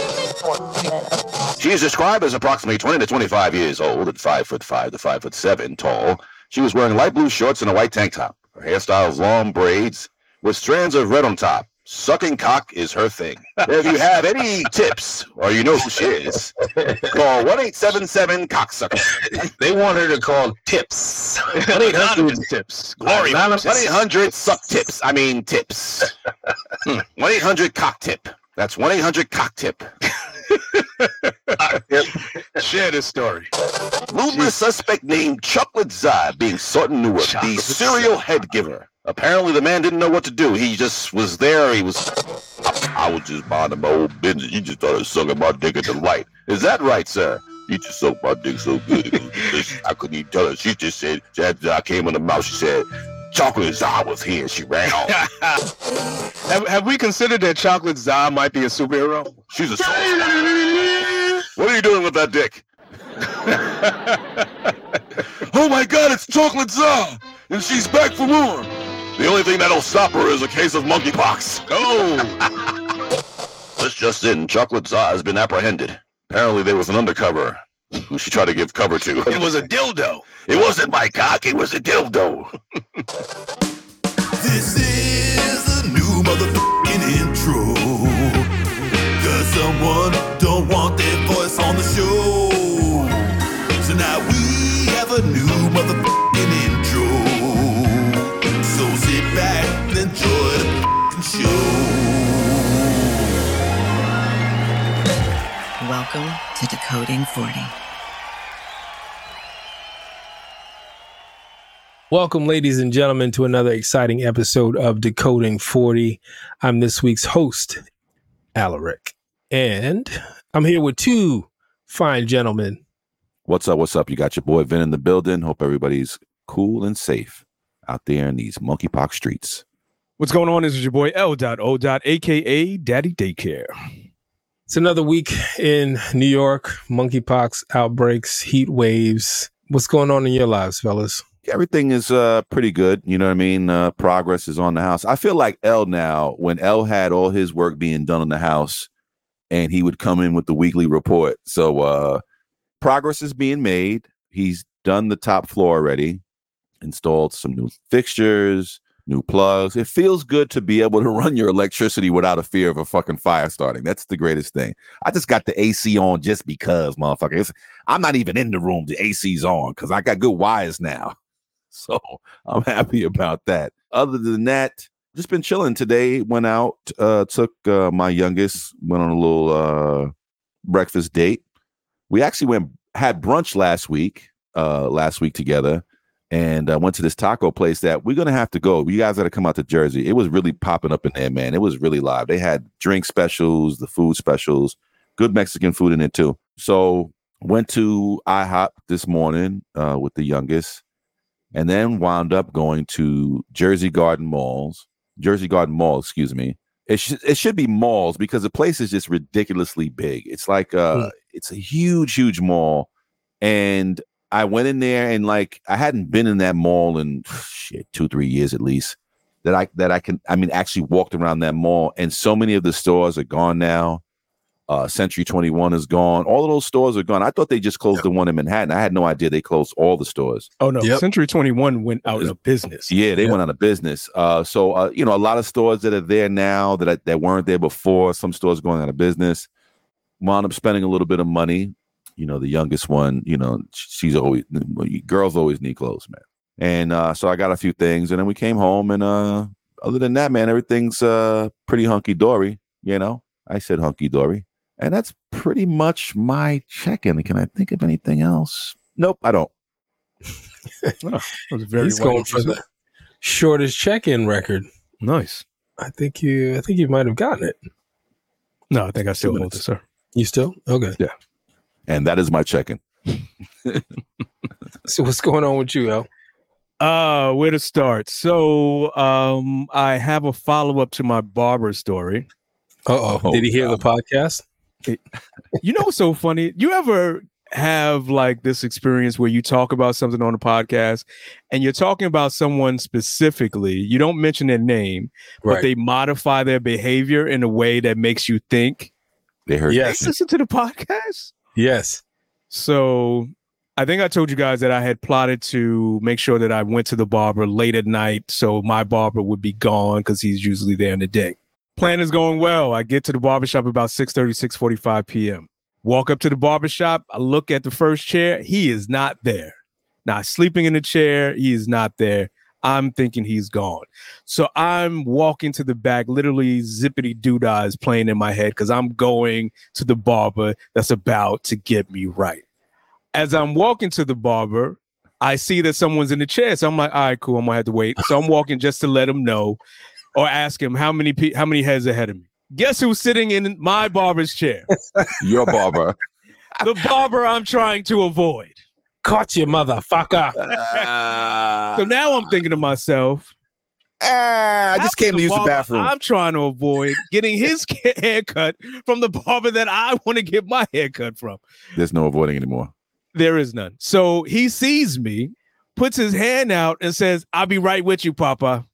40 minutes. She is described as approximately 20 to 25 years old and 5 foot 5 to 5 foot 7 tall. She was wearing light blue shorts and a white tank top. Her hairstyle is long braids with strands of red on top. Sucking cock is her thing. If you have any tips or you know who she is, call 1 877 Cocksucker. They want her to call tips. One eight hundred tips. Glory. 1 Anonymous. 800 Suck Tips. I mean, tips. Hmm. 1 800 Cock Tip. That's 1 800 Cock Tip. Share this story. Ruthless suspect nenamed Chocolate Zai being sought in Newark, the Chocolate serial head giver. Apparently, the man didn't know what to do. He just was there. He was, I was just minding my own business. You just started sucking my dick at the light. Is that right, sir? You just sucked my dick so good. it was delicious. I couldn't even tell her. She just said, after I came in the mouth, she said, Chocolate Zai was here. She ran off. have, have we considered that Chocolate Zah might be a superhero? She's a. what are you doing with that dick? Oh my god, it's Chocolate Zah! And she's back for more! The only thing that'll stop her is a case of monkeypox. oh, This just in, Chocolate Zah has been apprehended. Apparently there was an undercover who she tried to give cover to. it was a dildo. It wasn't my cock, it was a dildo. This is the new motherfucking intro. Cause someone don't want their voice on the show. So now we have a new motherfucking intro. So sit back and enjoy the fucking show. Welcome to Decoding 40. Welcome, ladies and gentlemen, to another exciting episode of Decoding 40. I'm this week's host, Alaric, and I'm here with two fine gentlemen. What's up? What's up? You got your boy Vin in the building. Hope everybody's cool and safe out there in these monkeypox streets. What's going on? This is your boy L. Dot O. Dot, aka Daddy Daycare. It's another week in New York, monkeypox outbreaks, heat waves. What's going on in your lives, fellas? Everything is uh pretty good. You know what I mean? Uh, progress is on the house. I feel like L now, when L had all his work being done in the house, and he would come in with the weekly report. So uh progress is being made. He's done the top floor already, installed some new fixtures, new plugs. It feels good to be able to run your electricity without a fear of a fucking fire starting. That's the greatest thing. I just got the AC on just because, motherfucker. It's, I'm not even in the room. The AC's on because I got good wires now. So I'm happy about that. Other than that, just been chilling today. Went out, uh, took uh, my youngest, went on a little uh, breakfast date. We actually went had brunch last week, uh, last week together, and uh, went to this taco place that we're gonna have to go. You guys gotta come out to Jersey. It was really popping up in there, man. It was really live. They had drink specials, the food specials, good Mexican food in it too. So went to IHOP this morning uh, with the youngest and then wound up going to Jersey Garden Malls, Jersey Garden Mall, excuse me. It should it should be malls because the place is just ridiculously big. It's like uh it's a huge huge mall and I went in there and like I hadn't been in that mall in shit 2 3 years at least that I that I can I mean actually walked around that mall and so many of the stores are gone now. Uh Century 21 is gone. All of those stores are gone. I thought they just closed the one in Manhattan. I had no idea they closed all the stores. Oh no, Yep. Century 21 went out of business. Yeah, they went out of business. Uh, so uh, you know, a lot of stores that are there now that that weren't there before. Some stores going out of business. Wound up spending a little bit of money. You know, the youngest one. You know, she's always well, you- girls always need clothes, man. And uh, so I got a few things, and then we came home, and uh, other than that, man, everything's uh, pretty hunky dory. You know, I said hunky dory, and that's pretty much my check-in. Can I think of anything else? Nope, I don't. It was very He's well. going for the shortest check-in record. nice. I think you. I think you might have gotten it. No, I think I still hold minutes. this, sir. You still okay? And that is my check-in. So what's going on with you, El? Uh, where to start? So, um, I have a follow up to my barber story. Uh oh. Oh, Did he hear the podcast? You know what's so funny? You ever have like this experience where you talk about something on a podcast and you're talking about someone specifically, you don't mention their name, but they modify their behavior in a way that makes you think They heard. They Yes. listen to the podcast. Yes. So I think I told you guys that I had plotted to make sure that I went to the barber late at night so my barber would be gone because he's usually there in the day. Plan is going well. I get to the barbershop about 6:30, 6:45 p.m. Walk up to the barbershop. I look at the first chair. He is not there. Now sleeping in the chair, he is not there. I'm thinking he's gone. So I'm walking to the back, literally zippity doodah is playing in my head because I'm going to the barber that's about to get me right. As I'm walking to the barber, I see that someone's in the chair. So I'm like, all right, cool. I'm gonna have to wait. So I'm walking just to let him know or ask him how many pe- how many heads ahead of me. Guess who's sitting in my barber's chair? Your barber. The barber I'm trying to avoid. Caught you, motherfucker. So now I'm thinking to myself, Ah, I just After came to use the barber bathroom. I'm trying to avoid getting his ca- haircut from the barber that I want to get my haircut from. There's no avoiding anymore. There is none. So he sees me, puts his hand out, and says, I'll be right with you, Papa.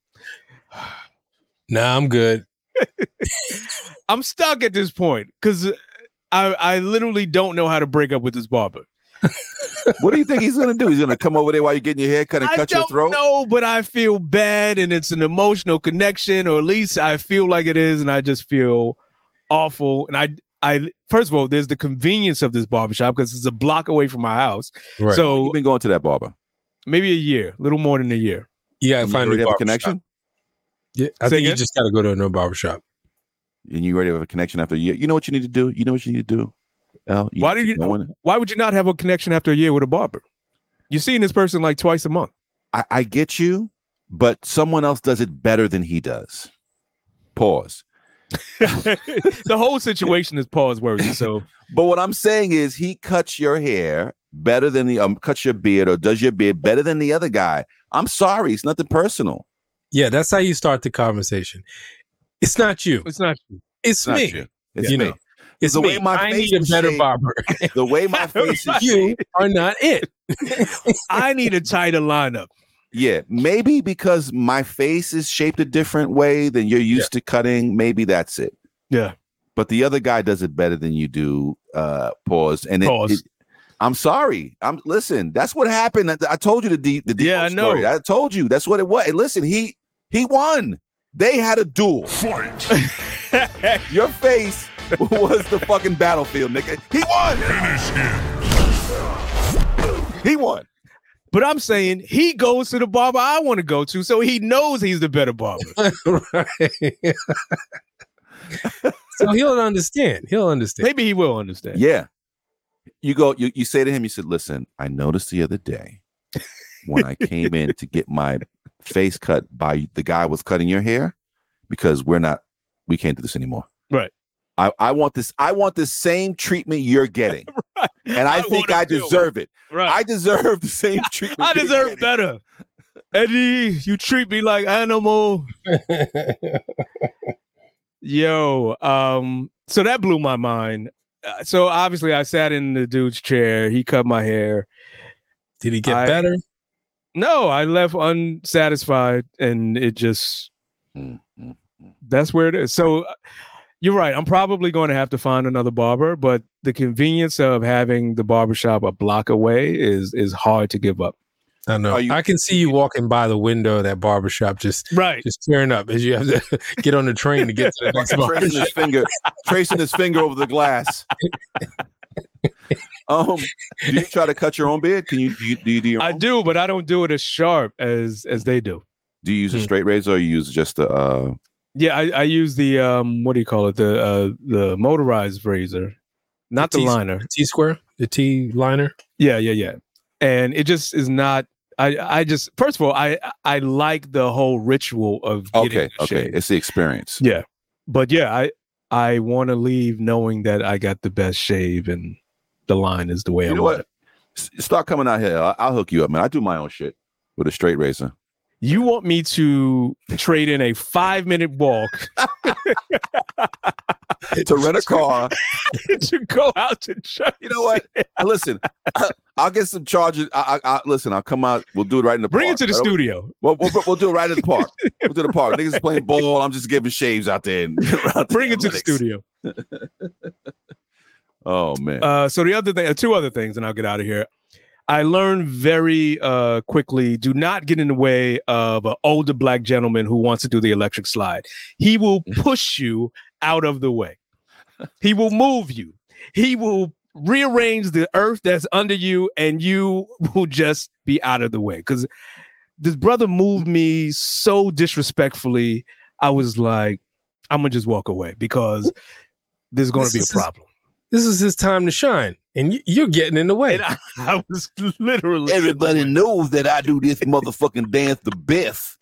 Nah, I'm good. I'm stuck at this point because I, I literally don't know how to break up with this barber. what do you think he's gonna do? He's gonna come over there while you're getting your hair cut and I cut your don't throat? know, but I feel bad and it's an emotional connection, or at least I feel like it is, and I just feel awful. And I I first of all, there's the convenience of this barbershop because it's a block away from my house. Right. So So You've been going to that barber. maybe a year, a little more than a year. you gotta And you find already a have a barbershop. connection, Yeah, I Say think you again? just gotta go to a new barbershop. and you already have a connection after a year. You know what you need to do. You know what you need to do. Al, Why do you- no one- Why would you not have a connection after a year with a barber? You're seeing this person like twice a month. I, I get you, but someone else does it better than he does. Pause. the whole situation is pause worthy. So But what I'm saying is, he cuts your hair better than the um, cuts your beard or does your beard better than the other guy. I'm sorry, it's nothing personal. Yeah, that's how you start the conversation. It's not you. it's not you. It's Not me. you. It's You me. know, It's The me. way my I face need a was better shaped- barber. The way my face is. you are not it. I need a tighter lineup. Yeah, maybe because my face is shaped a different way than you're used to cutting. Maybe that's it. Yeah. But the other guy does it better than you do. Uh, pause. And it- Pause. it- I'm sorry. I'm listen. That's what happened. I, I told you the D, the Debo Yeah, I know. story. I told you that's what it was. And listen, he he won. They had a duel. Your face was the fucking battlefield, nigga. He won. He won. But I'm saying he goes to the barber I want to go to, so he knows he's the better barber. right. so he'll understand. He'll understand. Maybe he will understand. Yeah. You go, you, you say to him, you said, listen, I noticed the other day when I came in to get my face cut by the guy was cutting your hair because we're not, we can't do this anymore. Right. I, I want this, I want the same treatment you're getting. And I, think wanna I feel- deserve it. Right. I deserve the same treatment. I, you're deserve getting. better. Eddie, you treat me like animal. Yo, um, so that blew my mind. Uh, So obviously, I sat in the dude's chair. He cut my hair. Did he get I- better? No, I left unsatisfied, and it just Mm, Mm-hmm. mm, mm. that's where it is. So uh, you're right. I'm probably going to have to find another barber, but the convenience of having the barbershop a block away is is hard to give up. I know. Are you- I can see you walking by the window of that barbershop just Right. just tearing up as you have to get on the train to get to the next barber. Tracing his finger, tracing his finger over the glass. um, do you try to cut your own beard? Can you do you do, you do your I own? do, but I don't do it as sharp as as they do. Do you use a Hmm. straight razor or you use just the uh Yeah, I, I use the um what do you call it? The uh the motorized razor, not the, The T- liner. T square, the T liner. Yeah, yeah, yeah. And it just is not I I just first of all, I I like the whole ritual of getting Okay, a okay. shave. It's the experience. Yeah. But yeah, I I want to leave knowing that I got the best shave and the line is the way You I know want. what? It. S- Start coming out here. I'll, I'll hook you up, man. I do my own shit with a straight razor. You want me to trade in a five minute walk to rent a car. to go out to church? You know what? listen, I'll get some charges. I, I, I listen. I'll come out. We'll do it right in the Bring park. it to the I don't- studio. We'll, we'll, we'll do it right at the park. We'll do the park. Niggas is playing ball. I'm just giving shaves out there. And Bring it to the studio. Oh man. Uh, so the other thing, uh, two other things, and I'll get out of here. I learned very uh, quickly: do not get in the way of an older black gentleman who wants to do the electric slide. He will push you out of the way. He will move you. He will rearrange the earth that's under you, and you will just be out of the way. Because this brother moved me so disrespectfully, I was like, "I'm gonna just walk away because there's gonna This be a is- problem." This is his time to shine, and y- you're getting in the way. And I, I was literally Everybody knows that I do this motherfucking dance the best.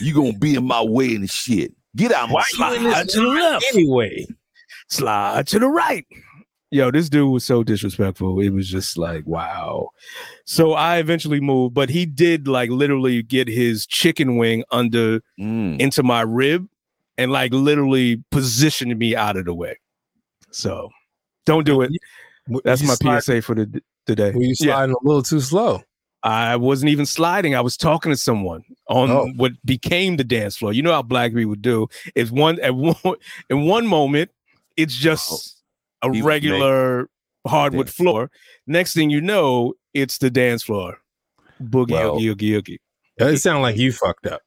You gonna be in my way and shit. Get out my slide to the left, anyway, slide to the right. Yo, this dude was so disrespectful. It was just like, wow. So I eventually moved, but he did like literally get his chicken wing under Mm. into my rib and like literally positioned me out of the way. So don't do it. W- That's you my slide- PSA for the today. Were you Yeah. sliding a little too slow? I wasn't even sliding. I was talking to someone on Oh. what became the dance floor. You know how black people do. It's one at one in one moment, it's just a He was regular hardwood dance. floor. Next thing you know, it's the dance floor. Boogie Well, oogie oogie oogie. It sounded like you fucked up.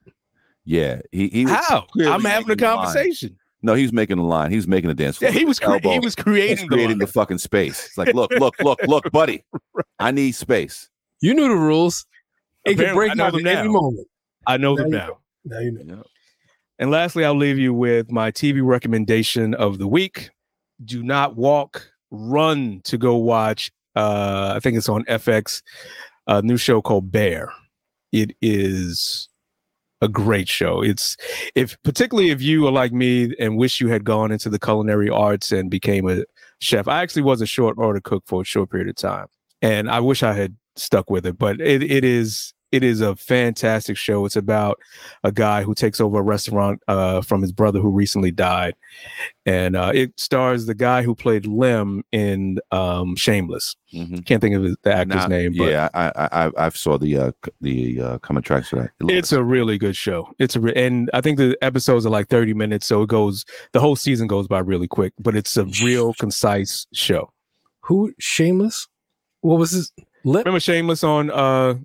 Yeah, he he was How? clearly I'm having a making a line. conversation. no, he was making a line. He was making a dance. Yeah, he was cre- he Elbow. He's was creating, the creating line. the fucking space. It's like, look, look, look, look, buddy. I need space. You knew the rules. It could Apparently, I break know out them at any now. moment. I know them Now you now. Now you know. And lastly, I'll leave you with my TV recommendation of the week. Do not walk, run to go watch. Uh, I think it's on FX, a new show called Bear. It is a great show. It's if particularly if you are like me and wish you had gone into the culinary arts and became a chef. I actually was a short order cook for a short period of time, and I wish I had stuck with it. But it, it is it is a fantastic show. It's about a guy who takes over a restaurant uh, from his brother who recently died. And uh, it stars the guy who played Lem in um, Shameless. Mhm. Can't think of his, the actor's Nah, name, but yeah, I I I I've saw the uh c- the uh coming tracks for that. It it's looks- a really good show. It's a re- and I think the episodes are like 30 minutes, so it goes the whole season goes by really quick, but it's a real concise show. Who shameless? What was his lip? Remember Shameless on uh,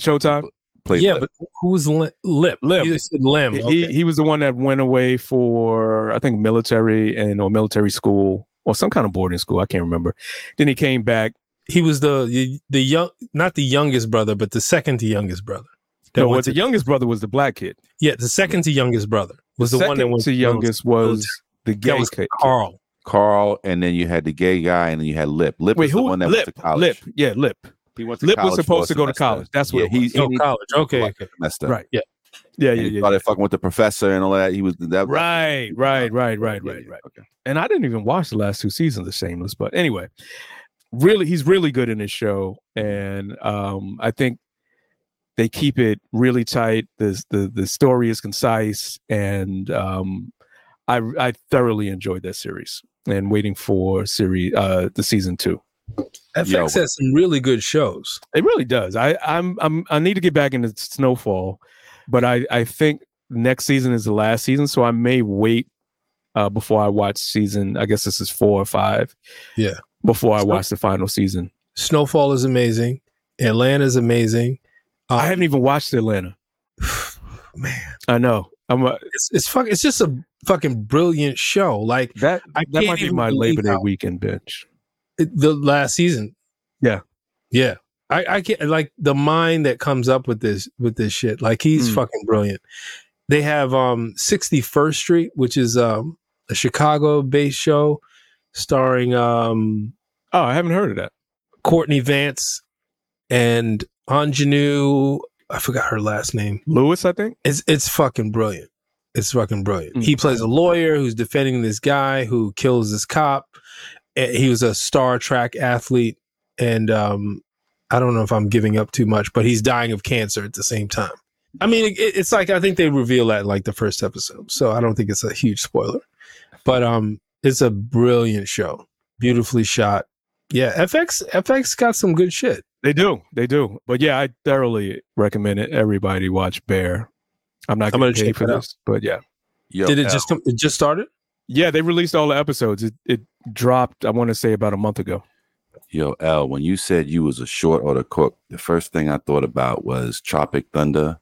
Showtime? play yeah, but who was li- lip? Lim. You said limb. He he was the one that went away for I think military and or military school or some kind of boarding school. I can't remember. Then he came back he was the, the the young, not the youngest brother, but the second to youngest brother. That no, well, went the to- youngest brother was the black kid. yeah, the second to youngest brother was the one that Second went to youngest was the That gay was kid. Carl. Carl, and then you had the gay guy, and then you had Lip. Lip Wait, was the who? one that Lip, went to college. Lip, yeah, Lip. He went Lip was college for a supposed to go to semester. college. That's what yeah, it he, was. he Oh, needed college. Okay, Right. okay. semester. Right. Yeah, And yeah, he yeah. started fucking with the professor and all that. He was that Right, right, right, right, Yeah, right, yeah, right. Okay. And I didn't even watch the last two seasons of Shameless, but anyway, really, he's really good in this show, and um, I think they keep it really tight. the the The story is concise, and um, I I thoroughly enjoyed that series. And waiting for series uh, the season two. FX Yo. has some really good shows. It really does. I, I'm I'm I need to get back into snowfall, but I I think next season is the last season, so I may wait uh, before I watch season. I guess this is four or five. Yeah. Before I Snow- watch the final season, Snowfall is amazing. Atlanta is amazing. Uh, I haven't even watched Atlanta. man, I know. I'm a, it's it's fuck, It's just a fucking brilliant show. Like that I that can't might be even my believe Labor Day how- weekend bench. it- the last season. Yeah. yeah. I, I can't like the mind that comes up with this with this shit. Like he's Mm. fucking brilliant. They have um 61st Street, which is um a Chicago-based show starring um Oh, I haven't heard of that. Courtney Vance and Anjanou. I forgot her last name. Lewis, I think. It's it's fucking brilliant. It's fucking brilliant. Mm. He plays a lawyer who's defending this guy who kills this cop. Eh, He was a Star Trek athlete, and um, I don't know if I'm giving up too much, but he's dying of cancer at the same time. I mean, it, it's like I think they reveal that in like the first episode, so I don't think it's a huge spoiler. But um, it's a brilliant show, beautifully shot. Yeah, FX FX got some good shit. They do. They do. But yeah, I thoroughly recommend it. Everybody watch Bear. I'm not I'm going gonna to pay check for it out. this, but yeah. Yo, Did it just come? It just started. Yeah, they released all the episodes. It, it dropped, I want to say, about a month ago. Yo, L, when you said you was a short order cook, the first thing I thought about was Tropic Thunder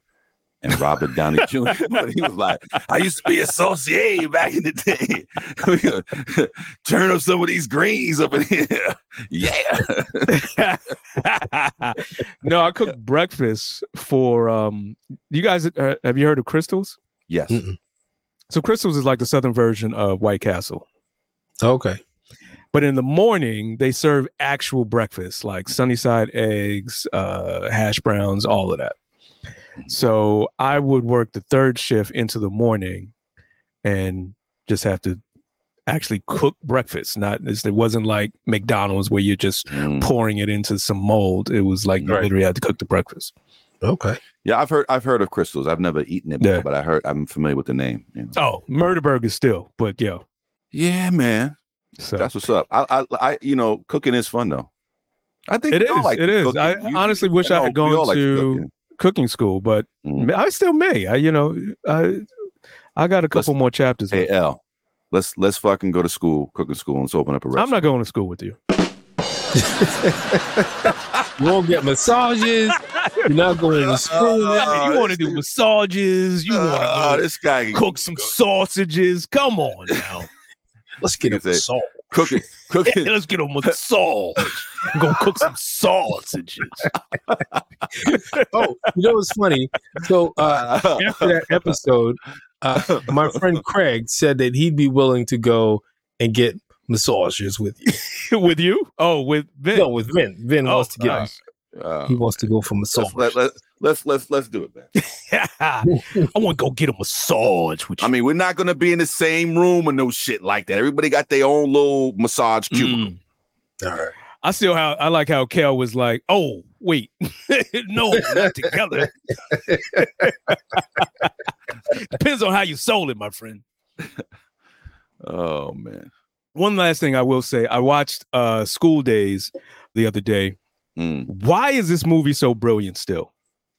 and Robert Downey Jr. he was like, I used to be a associate back in the day. Turn up some of these greens up in here. Yeah. no, I cooked breakfast for um. You guys, uh, have you heard of Crystals? Yes. Mm. So Crystals is like the southern version of White Castle. Okay. But in the morning, they serve actual breakfast, like sunny side eggs, uh, hash browns, all of that. So I would work the third shift into the morning, and just have to actually cook breakfast. Not it's- it wasn't like McDonald's where you're just Mm. pouring it into some mold. It was like you Right. literally had to cook the breakfast. Okay. Yeah, I've heard I've heard of crystals. I've never eaten it before, Yeah. but I heard I'm familiar with the name. you know. Oh, murder burger still, but yo, Yeah, man. so That's what's up. I, I I you know, cooking is fun though. I think It we all is, like it is. cooking. I You- honestly you wish I had know, we all gone like to- cooking. cooking school, but Mm. I still may. I, you know, I I got a couple more chapters. Hey left. L, let's let's fucking go to school, cooking school, and let's open up a restaurant. I'm not going to school with you. You won't get massages. You're not going to school. Oh, you want to do massages? You Oh, want this guy to cook some sausages? Come on now, Let's get Is a it- salt. cooking cooking let's get on with sausage. I'm gonna cook some sausages. Oh, you know what's funny? So uh, Ah, after that episode, uh, my friend Craig said that he'd be willing to go and get massages with you. with you? Oh, with Vin. No, with Vin. Vin Oh, wants to get. all right. Uh, He wants to go for massage. let's, let, let, let's let's let's do it, man. uh, I want to go get a massage with you. I mean, we're not gonna be in the same room or no shit like that. Everybody got their own little massage cubicle. Mm. I still how I like how Kel was like, oh wait, no, not together. Depends on how you sold it, my friend. Oh man. One last thing I will say. I watched uh School Days the other day. Mm. Why is this movie so brilliant still?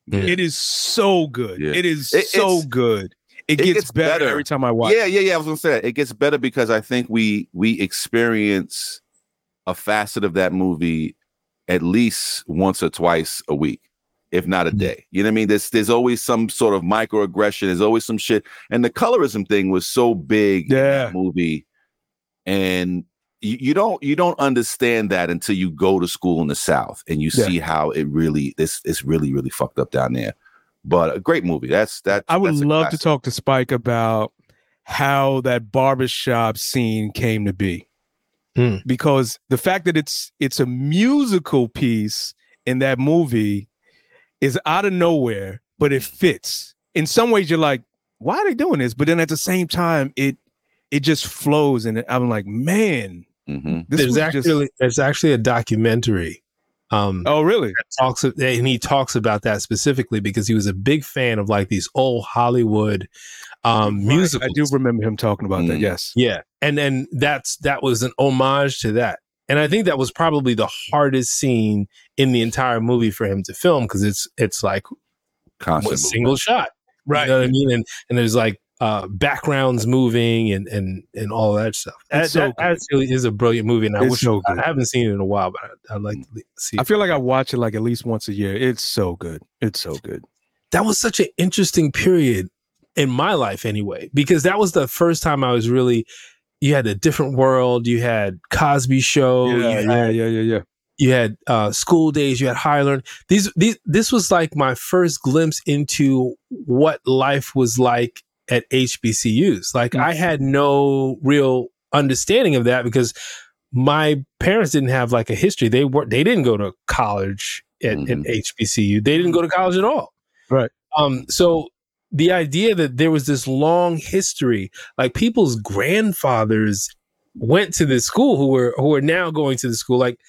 Yeah. It is so good. Yeah. It is It- so it's- good. It, it gets, gets better, better. every time I watch. Yeah, yeah, yeah. I was gonna say that. It gets better because I think we we experience a facet of that movie at least once or twice a week, if not Mm-hmm. a day. You know what I mean? There's there's always some sort of microaggression. There's always some shit. And the colorism thing was so big in Yeah. that movie, and you, you don't you don't understand that until you go to school in the South and you Yeah. see how it really this it's really really fucked up down there. But a great movie. That's that. I would that's a love to classic. talk to Spike about how that barbershop scene came to be. Hmm. Because the fact that it's it's a musical piece in that movie is out of nowhere, but it fits. In some ways you're like, why are they doing this? But then at the same time, it it just flows and I'm like, man, Mhm. this there's was just actually there's actually a documentary. Um, Oh really? talks and he talks about that specifically because he was a big fan of like these old Hollywood um Right, musicals. I do remember him talking about that. Mm. Yes. Yeah. And and that's that was an homage to that. And I think that was probably the hardest scene in the entire movie for him to film because it's it's like Constant a movie. single shot. Right. You know what I mean? And and there's like uh backgrounds moving and and and all that stuff. That, It's so that good. actually is a brilliant movie and I It's wish so I good. Mm. haven't seen it in a while, but I, I'd like to see I it. feel like I watch it like at least once a year. It's so good. It's so good. that was such an interesting period in my life anyway because that was the first time i was really you had a different world you had cosby show yeah, Oh, you, had, yeah, yeah, yeah, yeah. you had uh, school days you had higher learn these, these this was like my first glimpse into what life was like at hbcus like i had no real understanding of that because my parents didn't have like a history they were they didn't go to college at, Mhm. at hbcu they didn't go to college at all Right. um so the idea that there was this long history like people's grandfathers went to this school who were who are now going to the school like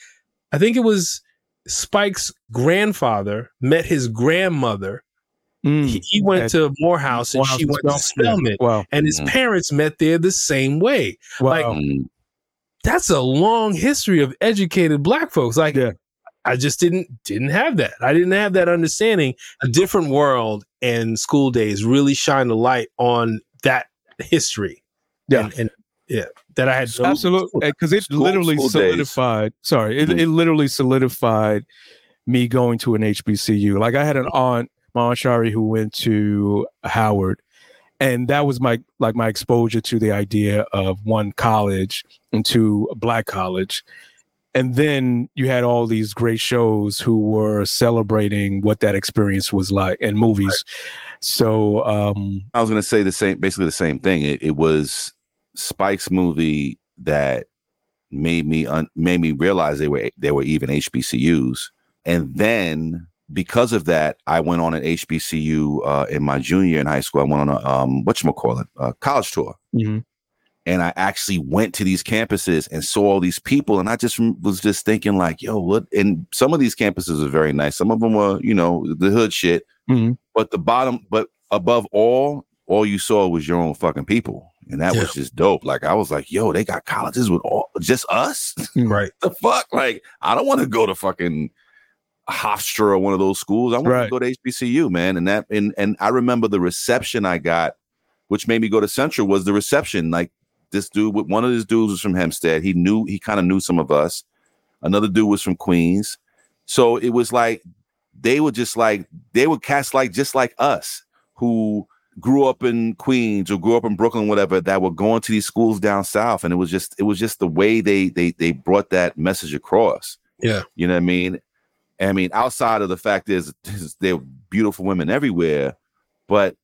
i think it was spike's grandfather met his grandmother Hmm. Mm. he, he went At to morehouse and Morehouse she and went to Spelman. spelman Wow. and his Mhm. parents met there the same way wow. Like, Mm. that's a long history of educated black folks like Yeah. i just didn't didn't have that i didn't have that understanding a different world and school days really shine a light on that history Yeah. and, and that I had. no- Absolutely, because eh, it school- literally school days. solidified. Sorry, it, Mhm. it literally solidified me going to an HBCU. Like I had an aunt, my aunt Shari, who went to Howard, and that was my like my exposure to the idea of one college and two a black college. And then you had all these great shows who were celebrating what that experience was like and movies. So um I was gonna say the same, basically the same thing. It, it was Spike's movie that made me un, made me realize they were they were even HBCUs, and then because of that, I went on an HBCU uh, in my junior year in high school. I went on a um, what you call it, a college tour, and I actually went to these campuses and saw all these people, and I just rem- was just thinking like, yo, what? And some of these campuses are very nice. Some of them were, you know, the hood shit. Mhm. But the bottom, but above all, all you saw was your own fucking people, and that was just dope. Like I was like, yo, they got colleges with all just us. Right. the fuck? Like I don't want to go to fucking Hofstra or one of those schools. I want to Right. go to HBCU, man. And that and and I remember the reception I got, which made me go to Central was the reception. Like this dude, with- one of these dudes was from Hempstead. He knew he kind of knew some of us. Another dude was from Queens. So it was like they were just like they were cast like just like us who grew up in Queens or grew up in Brooklyn, whatever, that were going to these schools down south. And it was just it was just the way they they they brought that message across. Yeah. You know what I mean? I mean, outside of the fact is, is they're beautiful women everywhere, but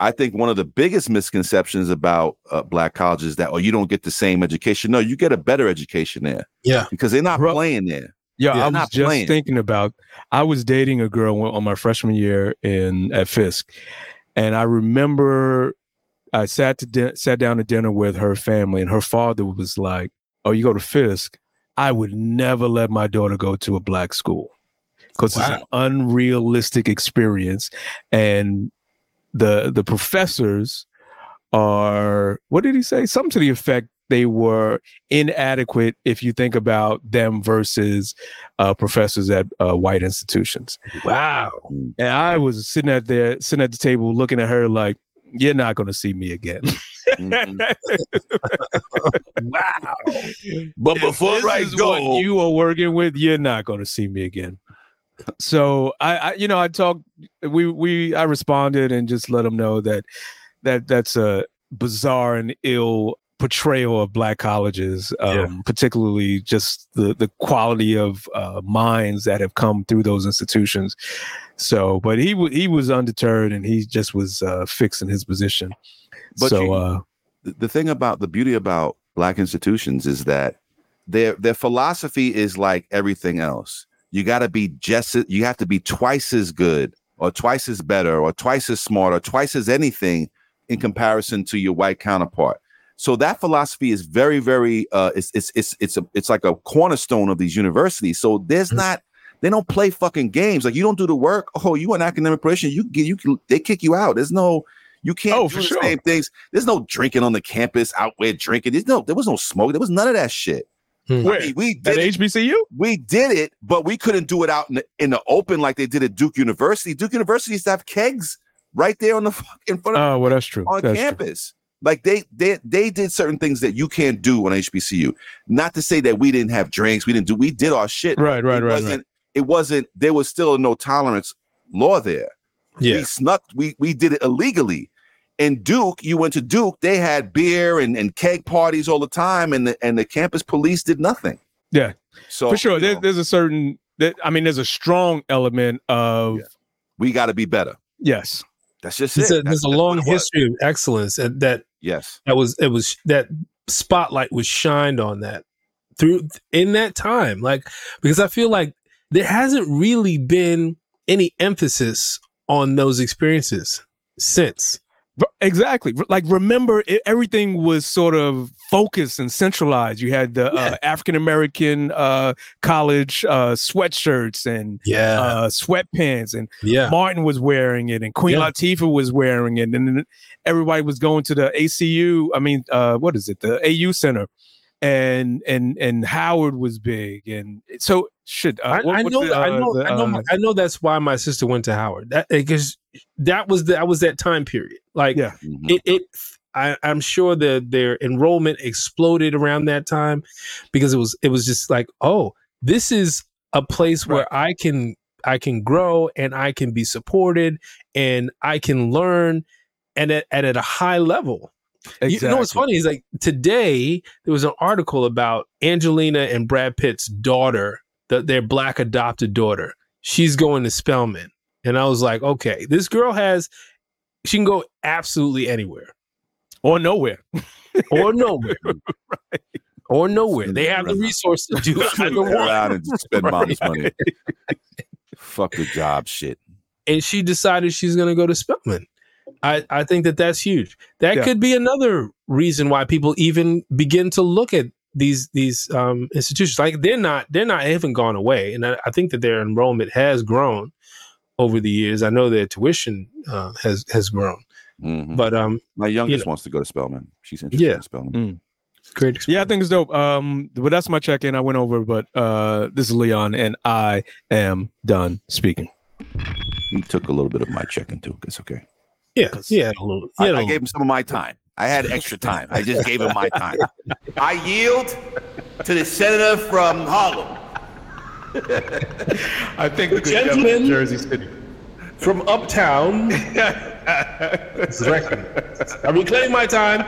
I think one of the biggest misconceptions about uh, black colleges is that oh you don't get the same education. No, you get a better education there. Yeah. because they're not Bro- playing there. Yeah, Yeah, I was not just playing. thinking about. I was dating a girl on my freshman year in at Fisk, and I remember I sat to din- sat down to dinner with her family, and her father was like, "Oh, you go to Fisk? I would never let my daughter go to a black school because it's an unrealistic experience, and the the professors are what did he say? Something to the effect they were inadequate if you think about them versus uh, professors at uh, white institutions. Wow. And I was sitting at there, sitting at the table, looking at her like, "You're not going to see me again." Mhm. wow! But If this is what you are working with, you're not going to see me again. So I, I, you know, I talked. We we I responded and just let them know that that that's a bizarre and ill portrayal of black colleges, um, Yeah. particularly just the the quality of uh, minds that have come through those institutions. So, but he wa- he was undeterred and he just was uh, fixed in his position. But so you- uh, the the thing about the beauty about black institutions is that their their philosophy is like everything else. You got to be just as- you have to be twice as good or twice as better or twice as smart or twice as anything in comparison to your white counterpart. So that philosophy is very very uh it's it's it's it's a, it's like a cornerstone of these universities. So there's Mm-hmm. not they don't play fucking games. Like you don't do the work. Oh, you an academic person. You get you can they kick you out. There's no you can't Oh, do for the sure. same things. There's no drinking on the campus, out there drinking. There's no, there was no smoke. There was none of that shit. I mean, we at did it, HBCU? we did it, but we couldn't do it out in the, in the open like they did at Duke University. Duke University used to have kegs right there on the fuck- in front of Oh, well, that's true. on That's true. campus. Like they they they did certain things that you can't do on HBCU. Not to say that we didn't have drinks, we didn't do we did our shit. Right, right, it right, wasn't right. it wasn't there was still a no tolerance law there Yeah. we snuck we we did it illegally in duke you went to duke they had beer and, and keg parties all the time and the and the campus police did nothing Yeah. so for sure. you There, know, there's a certain that I mean, there's a strong element of Yeah. we got to be better yes, that's just There's it a, That's- there's a that's what it long was. history of excellence and that yes that was it was that spotlight was shined on that through in that time like because i feel like there hasn't really been any emphasis on those experiences since R- exactly. R- Like remember, it, everything was sort of focused and centralized. You had the uh, African American uh, college uh, sweatshirts and yeah uh, sweatpants, and Uh-huh. yeah Martin was wearing it, and Queen Yeah. Latifah was wearing it, and then everybody was going to the ACU. I mean, uh, what is it? The AU Center, and and and Howard was big, and so shit. Uh, I, what- I what's know, the, I uh, know, the, I know, uh, my- I know. That's why my sister went to Howard. That because that was that was that time period. Like Yeah. Mhm. it, it I, I'm sure that their enrollment exploded around that time because it was it was just like, oh, this is a place where I can I can grow and I can be supported and I can learn and at, and at a high level. You know what's funny is like today there was an article about Angelina and Brad Pitt's daughter, the, their black adopted daughter. She's going to Spelman, and I was like, okay, this girl has she can go absolutely anywhere Or nowhere. or nowhere, or nowhere. They have the resource to do either Go one. out and just spend mom's money. Fuck the job shit. and she decided she's going to go to Spelman. I, I think that that's huge. That Yeah. could be another reason why people even begin to look at these these um, institutions. Like they're not they're not they haven't gone away, and I, I think that their enrollment has grown over the years. I know their tuition uh, has has grown, Mhm. but um, My youngest you wants to go to Spelman. She's interested Yeah. in Spelman. great. Yeah, I experience. think it's dope. Um, but that's my check in. I went over, but uh, this is Leon, and I am done speaking. He took a little bit of my chicken too. It's okay. yeah, yeah, a little, yeah. I, a I little- gave him some of my time. I had extra time. I just gave him my time. I yield to the senator from Harlem. I think the gentleman- Jersey City. From uptown. I reclaim my time.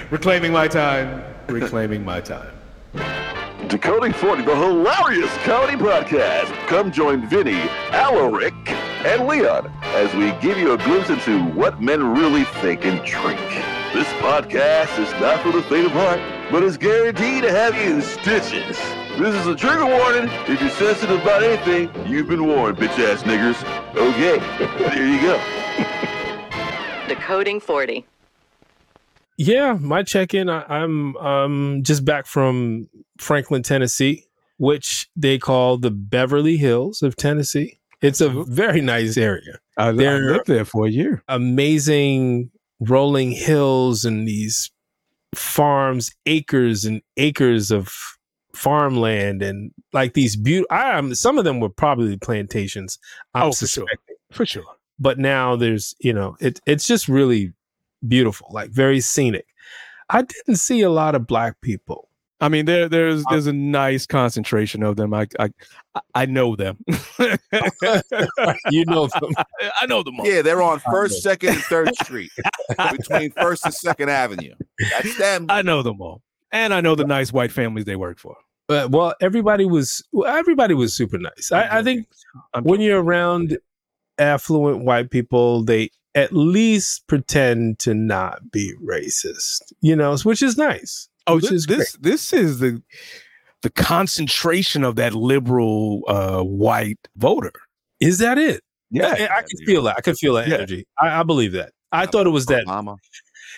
Reclaiming my time. Reclaiming my time. Decoding 40, the hilarious comedy podcast. Come join Vinny, Alaric, and Leon as we give you a glimpse into what men really think and drink. This podcast is not for the faint of heart, but is guaranteed to have you in stitches. This is a trigger warning. If you're sensitive about anything, you've been warned, bitch ass niggers. Okay, there you go. Decoding 40. yeah my check-in I, i'm um just back from franklin tennessee which they call the beverly hills of tennessee it's a very nice area I, I There- lived there for a year. amazing rolling hills and these farms, acres and acres of farmland, and like these beautiful. Um, some of them were probably plantations. I'm Oh, for sure. suspecting. For sure. But now there's, you know, it, it's just really beautiful, like very scenic. I didn't see a lot of black people. I mean, there there's there's a nice concentration of them. I I I know them. I You know, them. I know them all. Yeah, they're on First, Second, and Third Street between First and Second Avenue. That's them. I know them all, and I know the nice white families they work for. Uh, well, everybody was well, everybody was super nice. I, I think I'm when you're around affluent white people, they at least pretend to not be racist, you know, which is nice. Oh, which this is this, this is the the concentration of that liberal uh, white voter. Is that it? Yeah, I, I could feel that. I could feel that Yeah. energy. I, I believe that. I thought it was that Obama.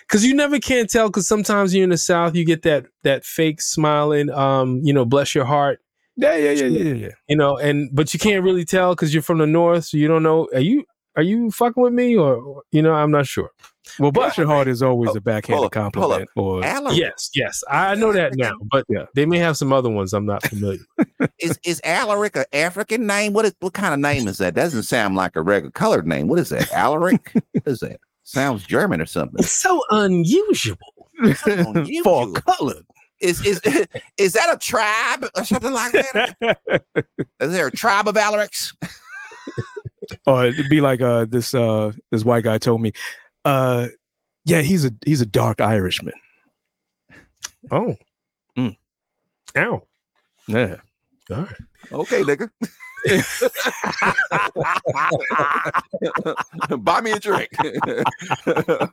because you never can tell. Because sometimes you're in the South, you get that that fake smiling, um, you know, bless your heart, yeah, yeah, yeah, yeah, yeah. you know, and but you can't really tell because you're from the North, so you don't know. Are you are you fucking with me or you know? I'm not sure. Well, bless your heart is always Oh, a backhanded hold up, hold compliment. Or Alaric. Yes, yes, I know that now, but Yeah. they may have some other ones I'm not familiar. with. Is is Alaric an African name? What is what kind of name is that? Doesn't sound like a regular colored name. What is that? Alaric? what is that? Sounds German or something. It's so unusual. For colored. Is is is that a tribe or something like that? Is there a tribe of Alarics? or it'd be like uh, this uh, this white guy told me, uh, yeah, he's a he's a dark Irishman. Oh, Mm. ow! Yeah, All right. Okay, nigga. Buy me a drink. Mm.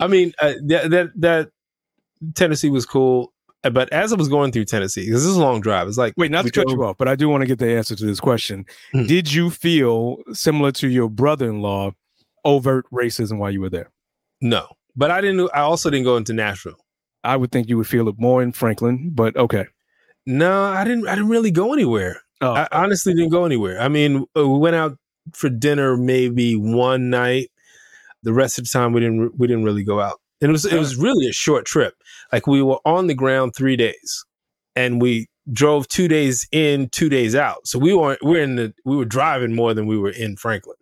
I mean, uh, that, that that Tennessee was cool, uh, but as I was going through Tennessee, because this is a long drive, it's like Wait, not we to cut drove- you off, but I do want to get the answer to this question. Hmm. Did you feel similar to your brother-in-law overt racism while you were there? No, but I didn't. I also didn't go into Nashville. I would think you would feel it more in Franklin, but okay. No, I didn't. I didn't really go anywhere. Oh, I honestly didn't go anywhere. I mean, uh, we went out for dinner maybe one night. The rest of the time, we didn't re- we didn't really go out. And it was it was really a short trip. Like we were on the ground three days, and we drove two days in, two days out. So we weren't we're in the we were driving more than we were in Franklin.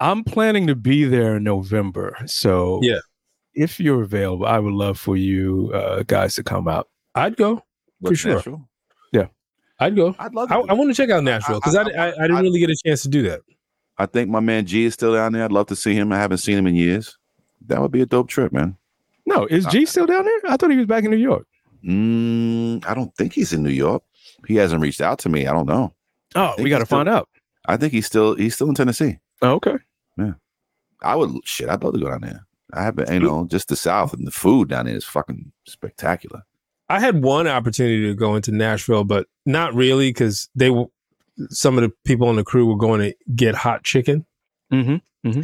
I'm planning to be there in November. So Yeah. if you're available, I would love for you uh, guys to come out. I'd go. What's sure. natural? I'd go. I'd love. To I, do I that. want to check out Nashville because I, I, I, didn't I- really get a chance to do that. I think my man G is still down there. I'd love to see him. I haven't seen him in years. That would be a dope trip, man. No, is G still down there? I thought he was back in New York. Mm, I don't think he's in New York. He hasn't reached out to me. I don't know. Oh, think we got to he's still- find out. I think he's still he's still in Tennessee. Oh, okay. I would shit. I'd love to go down there. I haven't, you know, just the South and the food down there is fucking spectacular. I had one opportunity to go into Nashville, but not really because they w- some of the people on the crew were going to get hot chicken Mm-hmm.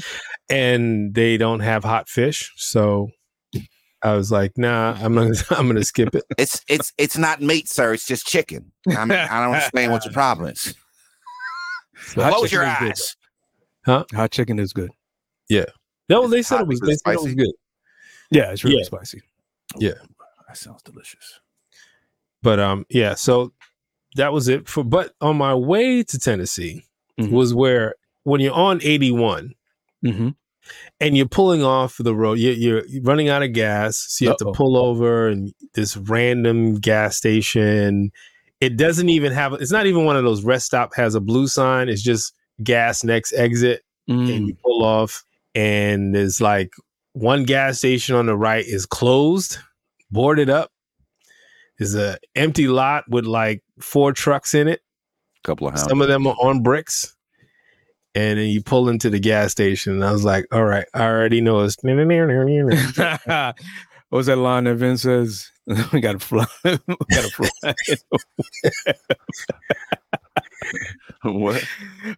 and they don't have hot fish, so I was like, nah, I'm gonna I'm gonna skip it. It's it's it's not meat, sir. It's just chicken. I mean, I don't understand what your problem is. So hot Close chicken your was good, eyes. Hot chicken is good. though. No, Is they it said hot it was. because They it's said it was spicy? good, Yeah, it's really Yeah. spicy. That sounds delicious. but um, yeah. So that was it for. But on my way to Tennessee Mm-hmm. Mhm. was where when you're on 81, Mm-hmm. and you're pulling off the road. You're, you're running out of gas, so you have Uh-oh. to pull over and this random gas station. It doesn't even have. It's not even one of those rest stop has a blue sign. It's just gas next exit, Hmm. and you pull off, and there's like one gas station on the right is closed, boarded up. There's a empty lot with like four trucks in it. couple of hounds. Some of them are on bricks. And then you pull into the gas station. And I was like, all right, I already know it's. I what was that line that Vince says? we got to fly. we got to fly. what?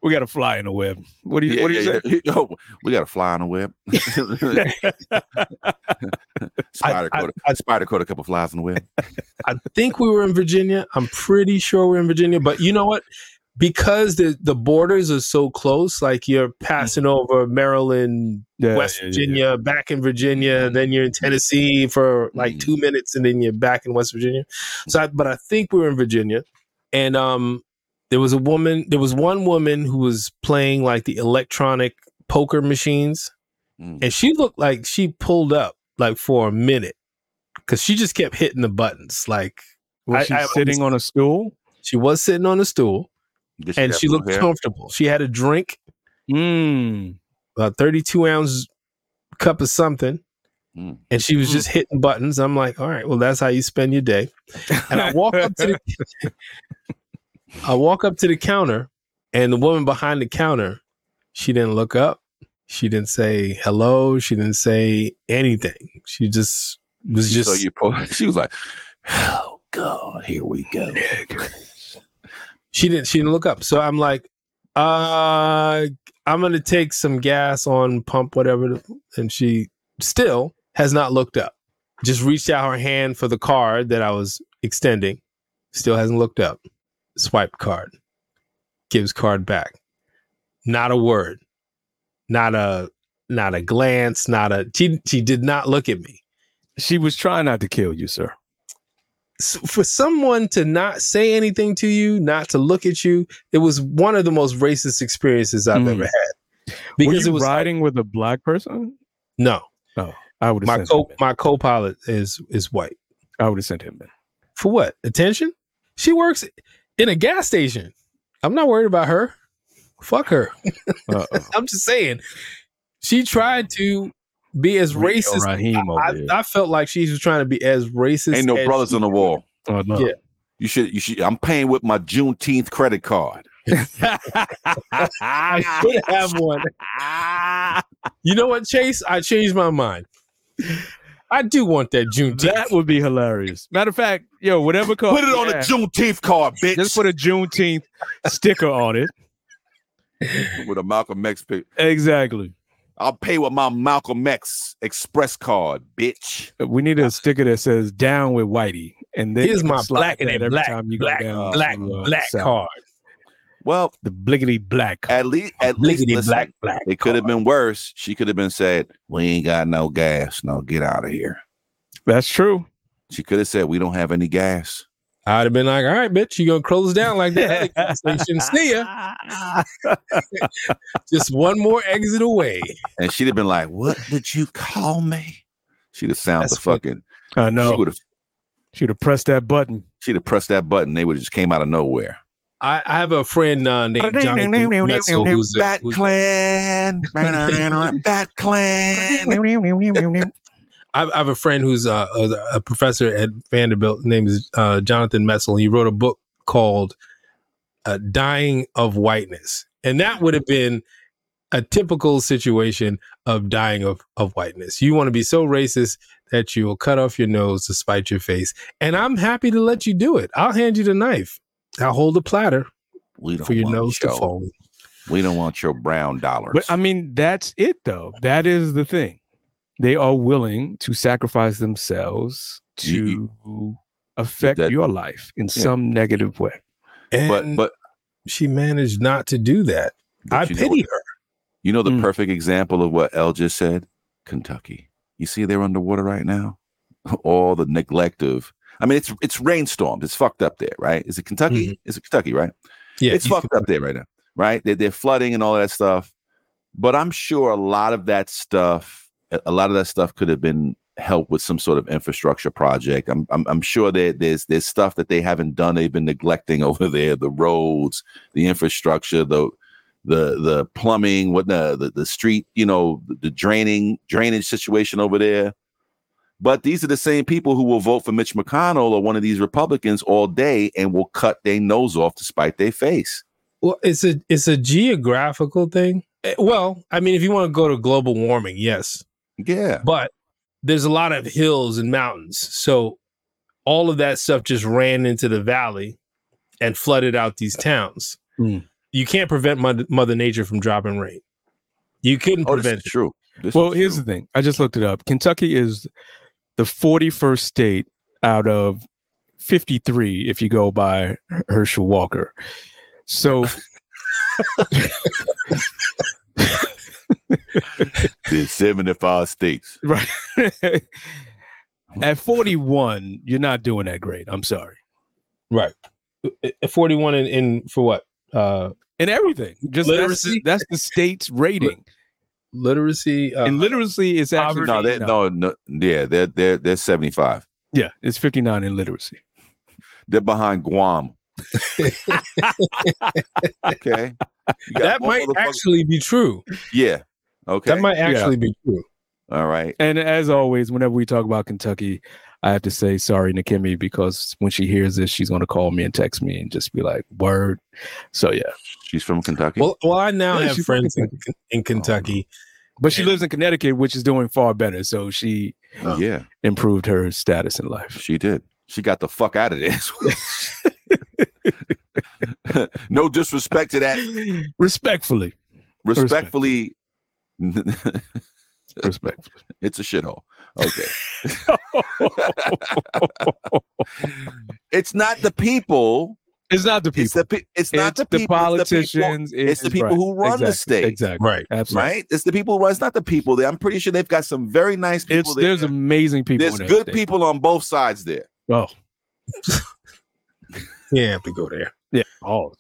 we got to fly in the web. What do you? what do you say? Oh, we got a fly on the web. spider I- caught a- spider caught a couple flies on the web. think we were in Virginia. I'm pretty sure we're in Virginia. But you know what? Because the, the borders are so close, like you're passing over Maryland, Yeah, West yeah, yeah, yeah. Virginia, back in Virginia, then you're in Tennessee for like Mm. two minutes, and then you're back in West Virginia. So, I, but I think we were in Virginia, and um, there was a woman. There was one woman who was playing like the electronic poker machines, Mm. and she looked like she pulled up like for a minute because she just kept hitting the buttons. Like I- Was she I always- sitting on a stool? she was sitting on a stool, Did and have she blue looked hair? comfortable. She had a drink, Mm. a 32 ounce cup of something. Mm. And she was just hitting buttons. I'm like, all right, well, that's how you spend your day. And I walk up to the I walk up to the counter and the woman behind the counter, she didn't look up. She didn't say hello. She didn't say anything. She just was She just saw you pull- She was like, "Oh God, here we go." she didn't she didn't look up. So I'm like, uh I'm gonna take some gas on pump whatever, and she still has not looked up. Just reached out her hand for the card that I was extending. Still hasn't looked up. Swipe card. Gives card back. Not a word. Not a not a glance. Not a she. She did not look at me. She was trying not to kill you, sir. s- for someone to not say anything to you, not to look at you, it was one of the most racist experiences I've Mm. ever had. Were Because you it was riding with a black person? no, I would have my sent co him. my co-pilot is is white. In. I would have sent him. In. For what? Attention? She works in a gas station. I'm not worried about her. Fuck her. Uh-oh. I'm just saying. She tried to be as Rico racist. Raheem over I, there. I felt like she was trying to be as racist. Ain't no as brothers she- on the wall. Oh, no. Yeah. You should. You should. I'm paying with my Juneteenth credit card. I should have one. Ah. You know what, Chase? I changed my mind. I do want that Juneteenth. That would be hilarious. Matter of fact, yo, whatever car. Put it on a Yeah. Juneteenth card, bitch. Just put a Juneteenth sticker on it. with a Malcolm X pic. Exactly. I'll pay with my Malcolm X Express card, bitch. We need a sticker that says "Down with Whitey," and then you Here's can my slide black that and every black, time you black, go down black, to, uh, black South. card. Well, the bliggity black. at least at least Bliggity listen, black, black. it could have been worse. She could have been said, "We ain't got no gas. No, get out of here." That's true. She could have said, "We don't have any gas." I'd have been like, all right, bitch, you gonna close down like that other station. See ya. Just one more exit away. And she'd have been like, What did you call me? She'd have sounded the That's what- fucking I she know. would have She'd have pressed that button. she'd have pressed that button, they would have just came out of nowhere. I, I have a friend uh, named Johnny Metzel who's a, who's- Clan, Bat Clan. I I have a friend who's uh, a, a professor at Vanderbilt. His name is uh, Jonathan Metzel. He wrote a book called uh, "Dying of Whiteness," and that would have been a typical situation of dying of of whiteness. You want to be so racist that you will cut off your nose to spite your face, and I'm happy to let you do it. I'll hand you the knife. I'll hold the platter We don't for your want nose to your- fall. We don't want your brown dollars. But I mean, that's it though. That is the thing. They are willing to sacrifice themselves You- to affect that- your life in some negative way. And but but she managed not to do that. But I you know pity what- her. you know the Mm. perfect example of what El just said? Kentucky. You see they're underwater right now? All the neglect of I mean it's it's rainstorms. It's fucked up there, right? Is it Kentucky? Is it Kentucky, right? Yeah, it's you fucked could- up there right now, right? They, they're flooding and all that stuff. But I'm sure a lot of that stuff, a- a lot of that stuff could have been helped with some sort of infrastructure project. I'm I'm, I'm sure that there's there's stuff that they haven't done. They've been neglecting over there: the roads, the infrastructure, the the the plumbing, what the the, the street, you know, the, the draining drainage situation over there. But these are the same people who will vote for Mitch McConnell or one of these Republicans all day and will cut their nose off to spite their face. Well, it's a it's a geographical thing. Eh, Well, I mean, if you want to go to global warming, yes, Yeah. but there's a lot of hills and mountains, so all of that stuff just ran into the valley and flooded out these towns. Hmm. You can't prevent Mother, Mother Nature from dropping rain. You couldn't Oh, this prevent is true. This well, is here's true. the thing. I just looked it up. Kentucky is the 41st state out of 53 if you go by Herschel Walker. So There's 75 states. Right. At 41, you're not doing that great. I'm sorry. it. Eh, Forty-one in, in for what? Uh, And everything. Just that's the, Literacy? that's the state's rating. literacy. Uh, and literacy is actually No, they, no. no, no, yeah, they're they're they're 75. Yeah, it's 59 in literacy. They're behind Guam. okay. You got that more might motherfuckers- actually be true. Yeah. Okay. That might actually be true. All right. And as always, whenever we talk about Kentucky, I have to say sorry, Nikemi, because when she hears this, she's going to call me and text me and just be like, word. So, yeah. She's from Kentucky. Well, well, I now Yeah, have she's friends in, in Kentucky. But she lives in Connecticut, which is doing far better. So she Oh, yeah, improved her status in life. she did. She got the fuck out of this. no disrespect to that. Respectfully. Respectfully, Respectfully. it's a shithole. Okay. It's not the people. It's not the people. It's the pe- it's not it's the, people, it's the people- politicians. it's the people who run the exactly, state. Exactly. Right. Absolutely. right? It's the people. Well, it's not the people there. I'm pretty sure they've got some very nice people It's there. there's amazing people. There's in that good state. people on both sides there. Oh, Yeah, I have to go there. yeah. Oh,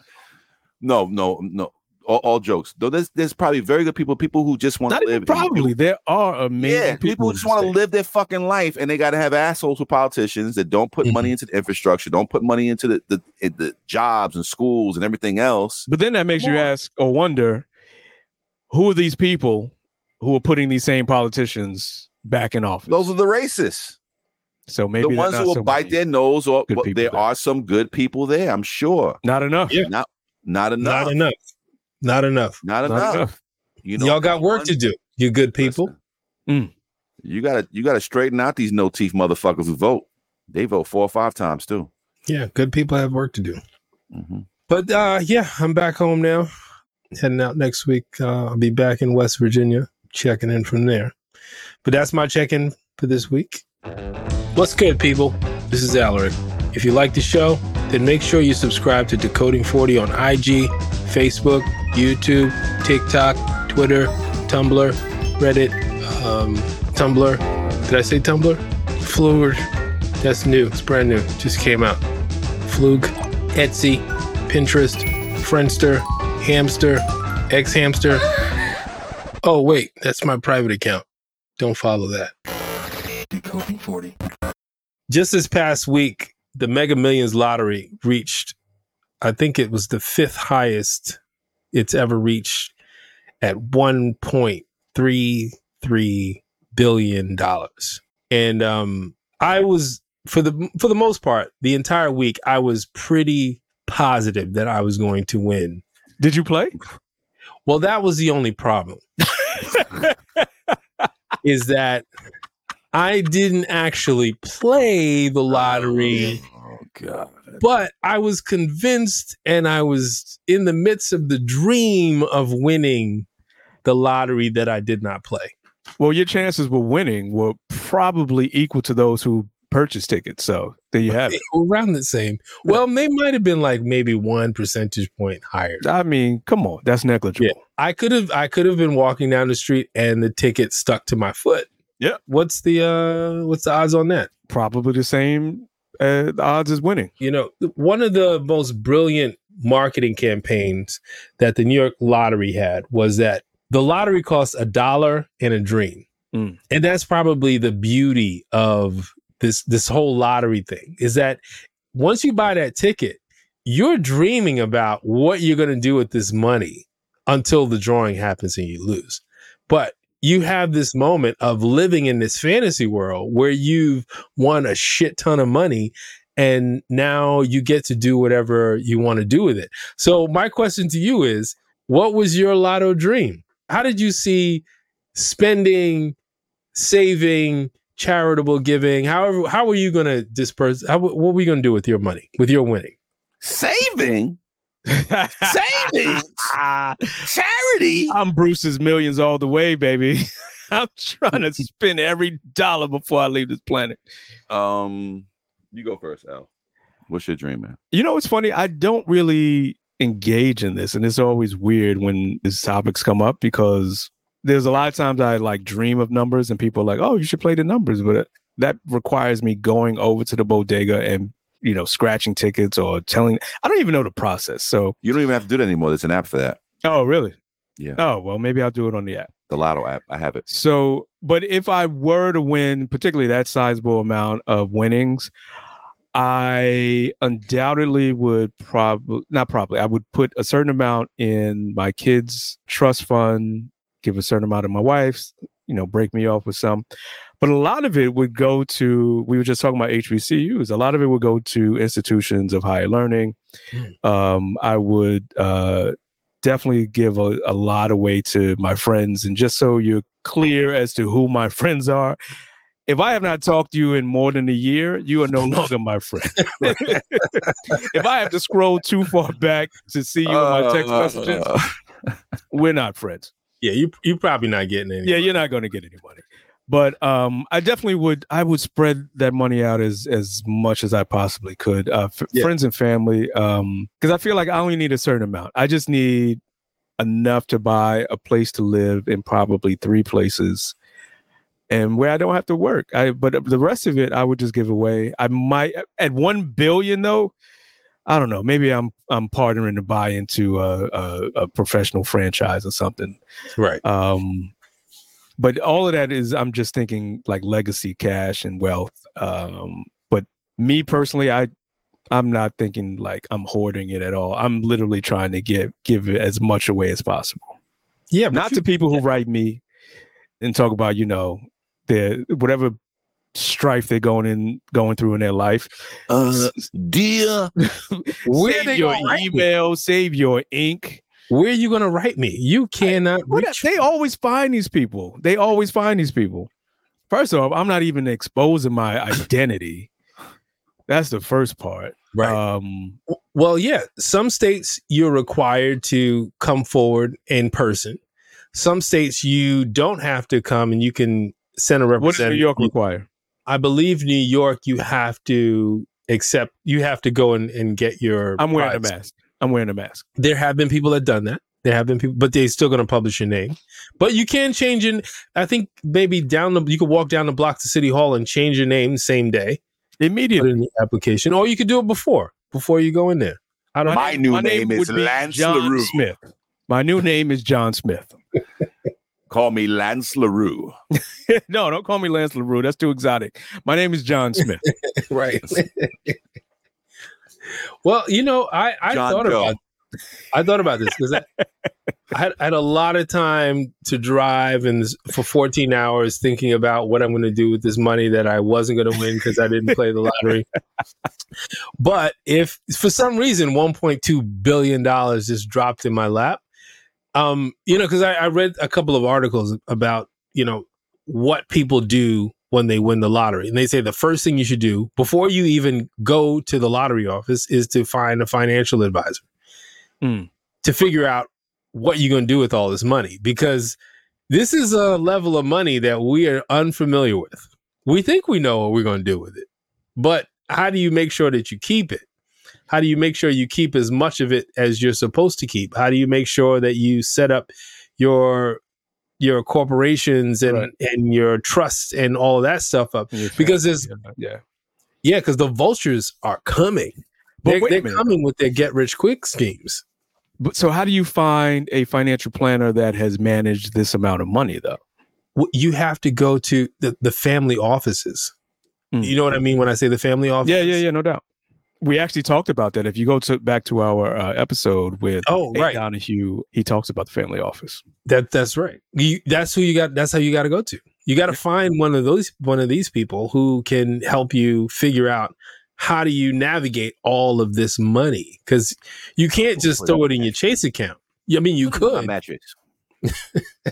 No, no, no. All, all jokes. Though there's there's probably very good people. People who just want not to even live. probably. There are amazing Yeah, people, people who in just the want to state. live their fucking life, and they got to have assholes with politicians that don't put Mm-hmm. money into the infrastructure, don't put money into the the, the jobs and schools and everything else. But then that makes you ask or wonder, who are these people who are putting these same politicians back in office? Those are the racists. so maybe the they're ones not who will so bite many. their nose or good well, people there there. are some good people there i'm sure Not enough. Yeah. not not enough Not enough. Not enough. not, Not enough. enough. you You all got work to do, you good people. Listen, Mm. you gotta you gotta straighten out these no teeth motherfuckers who vote they vote four or five times too Yeah, good people have work to do. Mhm. But uh, yeah, I'm back home now. Heading out next week. Uh, I'll be back in West Virginia, checking in from there. But that's my check in for this week. What's good, people? This is Alaric. If you like the show, then make sure you subscribe to Decoding 40 on IG, Facebook, YouTube, TikTok, Twitter, Tumblr, Reddit, um, Tumblr. Did I say Tumblr? Fluid. That's new. It's brand new. Just came out. Fluke, Etsy, Pinterest, Friendster, Hamster, X Hamster. Oh, wait, that's my private account. Don't follow that. Decoding 40. just this past week, the Mega Millions lottery reached, I think it was the fifth highest it's ever reached at $1.33 billion. And um, I was, for the for the most part, the entire week, I was pretty positive that I was going to win. Did you play? Well, that was the only problem. is that I didn't actually play the lottery, Oh God. but I was convinced and I was in the midst of the dream of winning the lottery that I did not play. Well, your chances with winning were probably equal to those who purchased tickets. So there you have it. Around the same. Well, they might have been like maybe one percentage point higher. I mean, come on, that's negligible. I could have I could have been walking down the street and the ticket stuck to my foot. Yeah. What's the uh what's the odds on that? Probably the same uh, the odds as winning. you know, one of the most brilliant marketing campaigns that the New York lottery had was that the lottery costs a dollar and a dream. Mm. And that's probably the beauty of this this whole lottery thing is that once you buy that ticket, you're dreaming about what you're going to do with this money until the drawing happens and you lose. But you have this moment of living in this fantasy world where you've won a shit ton of money and now you get to do whatever you want to do with it. So my question to you is, what was your lotto dream? How did you see spending, saving, charitable giving? However, how are you going to disperse? How, what were you going to do with your money, with your winning? Saving. Saving. Charity. I'm Bruce's millions all the way, baby. I'm trying to spend every dollar before I leave this planet. Um, you go first, Al. What's your dream, man? You know, it's funny. I don't really engage in this, and it's always weird when these topics come up because there's a lot of times I like dream of numbers, and people are like, "Oh, you should play the numbers," but that requires me going over to the bodega and you know scratching tickets or telling. I don't even know the process. So, You don't even have to do that anymore. There's an app for that. oh really? Yeah. Oh well, maybe I'll do it on the app. The Lotto app. I have it. So, but if I were to win, particularly that sizable amount of winnings, I undoubtedly would probably not probably I would put a certain amount in my kids' trust fund, give a certain amount of my wife's, you know, break me off with some. But a lot of it would go to we were just talking about HBCUs. A lot of it would go to institutions of higher learning. Um, I would uh, definitely give a, a lot away to my friends. And just so you're clear as to who my friends are, if I have not talked to you in more than a year, you are no longer my friend. if I have to scroll too far back to see you in my text Uh, messages, we're not friends. Yeah, you you probably not getting any. Yeah, you're not going to get any money. But um, I definitely would. I would spread that money out as as much as I possibly could, uh, f- Yeah. friends and family, because I feel like I only need a certain amount. I just need enough to buy a place to live in probably three places, and where I don't have to work. I but the rest of it, I would just give away. I might at one billion though. I don't know. Maybe I'm I'm partnering to buy into a, a, a professional franchise or something. right. Um, but all of that is, I'm just thinking like legacy cash and wealth. Um, but me personally, I, I'm not thinking like I'm hoarding it at all. I'm literally trying to give give it as much away as possible. Yeah, Not to people who write me and talk about you know their whatever strife they're going in going through in their life. Uh, dear. save your email, save your ink. where are you going to write me? You cannot What reach. a- they always find these people. They always find these people. First off, I'm not even exposing my identity. That's the first part. Right. Um, Well, yeah. Some states you're required to come forward in person. Some states you don't have to come and you can send a what does representative. New York require? I believe New York, you have to accept, you have to go and, and get your. I'm wearing a prize. mask. I'm wearing a mask. There have been people that done that. There have been people, but they're still going to publish your name. But you can change in. I think maybe down the, you could walk down the block to City Hall and change your name same day. Put Immediately. in the application, or you could do it before. before you go in there? I don't. My My new My name, name is would be Lance John LaRue. Smith. My new name is John Smith. Call me Lance LaRue. no, don't call me Lance LaRue. That's too exotic. My name is John Smith. right. well, you know, I I John thought Doe. about I thought about this because I, I, had, I had a lot of time to drive and s- for 14 hours thinking about what I'm going to do with this money that I wasn't going to win because I didn't play the lottery. but if for some reason 1.2 billion dollars just dropped in my lap, um, you know, because I, I read a couple of articles about you know what people do when they win the lottery. And they say the first thing you should do before you even go to the lottery office is to find a financial advisor Hmm. to figure out what you're going to do with all this money because this is a level of money that we are unfamiliar with. We think we know what we're going to do with it, but how do you make sure that you keep it? How do you make sure you keep as much of it as you're supposed to keep? How do you make sure that you set up your your corporations and Right. and your trusts and all that stuff up because there's yeah. yeah because the vultures are coming But they're, wait a they're minute. coming with their get rich quick schemes But so how do you find a financial planner that has managed this amount of money though? Wh- you have to go to the, the family offices Hmm. you know what i mean when i say the family office Yeah, yeah, yeah, no doubt. We actually talked about that. If you go to back to our uh, episode with oh Ed right Donahue, he talks about the family office. that that's right you, that's who you got that's how you got to go to you got to find one of those one of these people who can help you figure out how do you navigate all of this money because you can't just throw it in your chase account i mean you My could mattress. you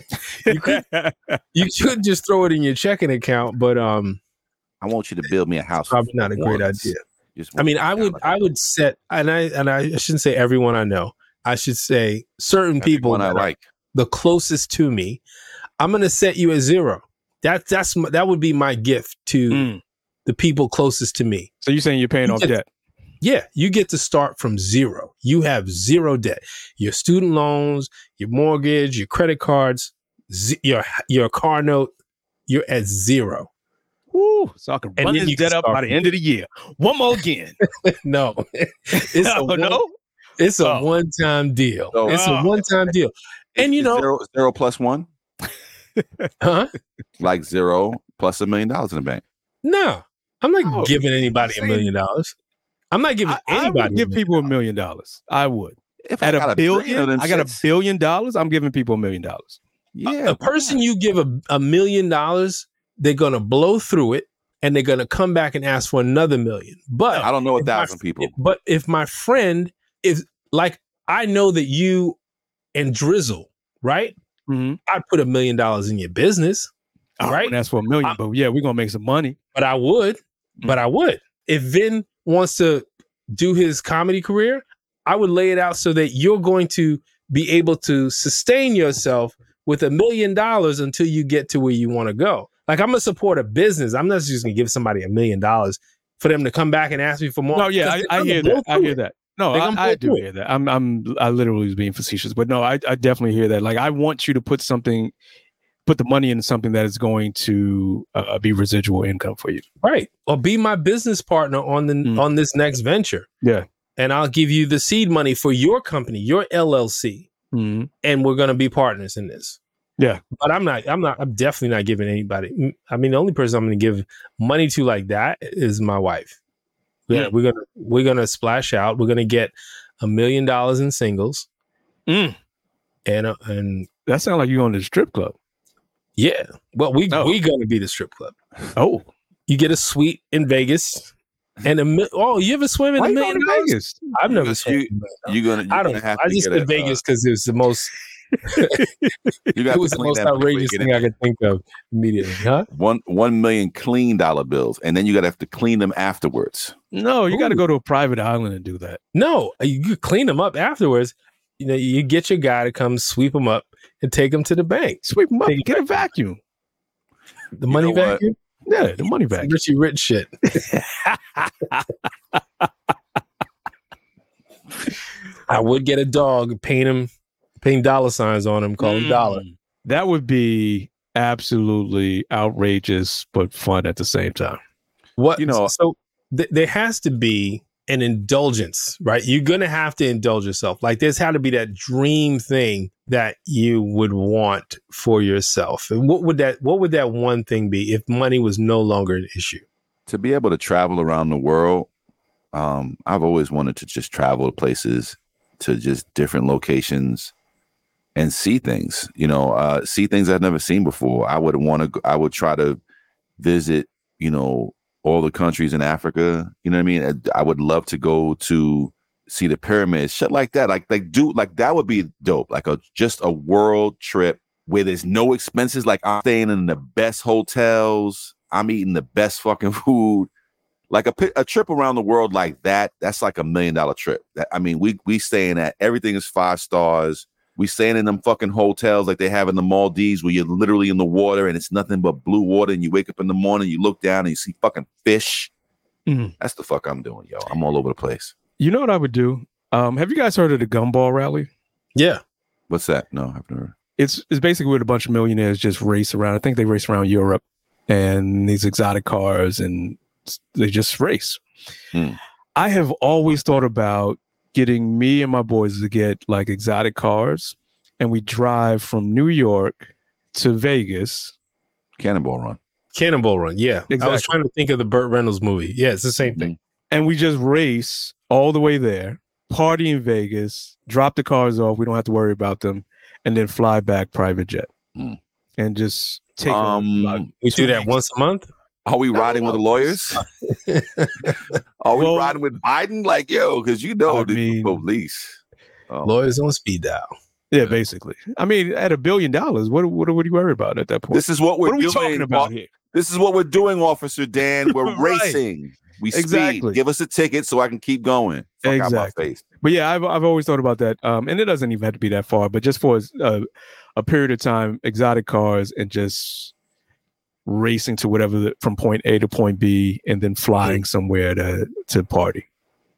could Mm. you could just throw it in your checking account, but um, I want you to build me a house. probably not a great Once. idea. Just I mean, once. I would I would set and I and I shouldn't say everyone I know. I should say certain people One I that are like. the closest to me. I'm gonna set you at zero. That that's my, that would be my gift to Mm. the people closest to me. So you're saying you're paying You off just- debt? Yeah, you get to start from zero. You have zero debt. Your student loans, your mortgage, your credit cards, z- your your car note. You're at zero. Woo! So I can And run then this you can debt up by start the end of the year. One more again. No, it's a oh, one- no. It's a Oh. one time deal. Oh. It's a Oh. one time deal. And you Is know, zero, zero plus one, huh? like zero plus a million dollars in the bank. No, I'm not No. giving anybody a Same. million dollars. I'm not giving Oh, I, I anybody. would give a million. people a million dollars. I would. If At I a, got billion, of them I got a shits, billion dollars. I'm giving people a million dollars. yeah, a person you give a, a million dollars, they're gonna blow through it, and they're gonna come back and ask for another million. But I don't know a if my- thousand people. But if my friend is like, I know that you and Drizzle, right? Mm-hmm. I'd put a million dollars in your business. Oh, Right. That's for a million. I'm- but yeah, we're gonna make some money. but I would, Mm. but I would. If Vin wants to do his comedy career, I would lay it out so that you're going to be able to sustain yourself with a million dollars until you get to where you want to go. Like I'm gonna support a business. I'm not just gonna give somebody a million dollars for them to come back and ask me for more. No, yeah, Because I, I they're hear gonna that. blow I through hear it. that. No, They I, gonna I blow do through it. hear that. I'm, I'm, I literally was being facetious, but no, I, I definitely hear that. Like, I want you to put something, put the money into something that is going to uh, be residual income for you. right? Or be my business partner on the Mm. on this next venture. Yeah. and I'll give you the seed money for your company, your LLC. Mm-hmm. and we're going to be partners in this. Yeah. But I'm not, I'm not, I'm definitely not giving anybody. I mean, the only person I'm going to give money to like that is my wife. Yeah. Yeah. We're going to, we're going to splash out. We're going to get a million dollars in singles. Mm. And, uh, and That sounds like you're on the strip club. yeah, well, we, Oh. we going to be the strip club. Oh, You get a suite in Vegas and a, mil- oh, you ever swim in why a you going million to dollars? Vegas? I've never You- swam. in a million dollars. You're gonna. You're I Gonna don't. have I to just get did a, Vegas because it was the most. Uh, you got It was to the clean most that before you outrageous get thing in. I could think of immediately, huh? One one million clean dollar bills, and then you got to have to clean them afterwards. No, you got to go to a private island and do that. No, uh, you could clean them up afterwards. You know, you get your guy to come sweep them up and take them to the bank. Sweep them up. Take it Get a vacuum. The money know what? vacuum, Yeah, the money back. Richie Rich shit. I would get a dog, paint him, paint dollar signs on him, call him Dollar. Mm. That would be absolutely outrageous, but fun at the same time. What You know- So th- there has to be an indulgence, right? You're going to have to indulge yourself. Like there's had to be that dream thing that you would want for yourself. And what would that what would that one thing be if money was no longer an issue? to be able to travel around the world um i've always wanted to just travel to places to just different locations and see things you know uh see things i've never seen before i would want to i would try to visit you know all the countries in africa you know what i mean i, I would love to go to see the pyramids shit like that like like do like that would be dope like a just a world trip where there's no expenses. Like I'm staying in the best hotels. I'm eating the best fucking food. Like a pi- a trip around the world like that. That's like a million dollar trip. That, I mean, we we staying at everything is five stars. We staying in them fucking hotels like they have in the Maldives, where you're literally in the water and it's nothing but blue water. And you wake up in the morning, you look down and you see fucking fish. Mhm. That's the fuck I'm doing, yo. I'm all over the place. You know what I would do? Um, have you guys heard of the Gumball Rally? Yeah. What's that? No, I've never. it's it's basically with a bunch of millionaires just race around. I think they race around Europe and these exotic cars, and s- they just race. Hmm. I have always thought about getting me and my boys to get like exotic cars, and we drive from New York to Vegas. Cannonball Run. Cannonball Run. Yeah. I Exactly. was trying to think of the Burt Reynolds movie. Yeah, it's the same thing. and we just race all the way there, party in Vegas, drop the cars off. We don't have to worry about them, and then fly back private jet, Mm. and just take. Um, like, We two do that weeks. once a month. Are we riding with the lawyers? Are we Well- riding with Biden? Like, yo, because you know I the mean- police. Oh, Lawyers on speed dial. Yeah, basically. I mean, at a billion dollars, what what what are you worried about at that point? this is what we're what are we doing. talking about Wa- here? This is what we're doing, Officer Dan. We're Right. racing. We Exactly. speed. Give us a ticket so I can keep going. Fuck out my Exactly. face. But yeah, I've I've always thought about that. Um, and it doesn't even have to be that far, but just for a, a period of time, exotic cars and just racing to whatever the, from point A to point B, and then Hmm. flying somewhere to to party.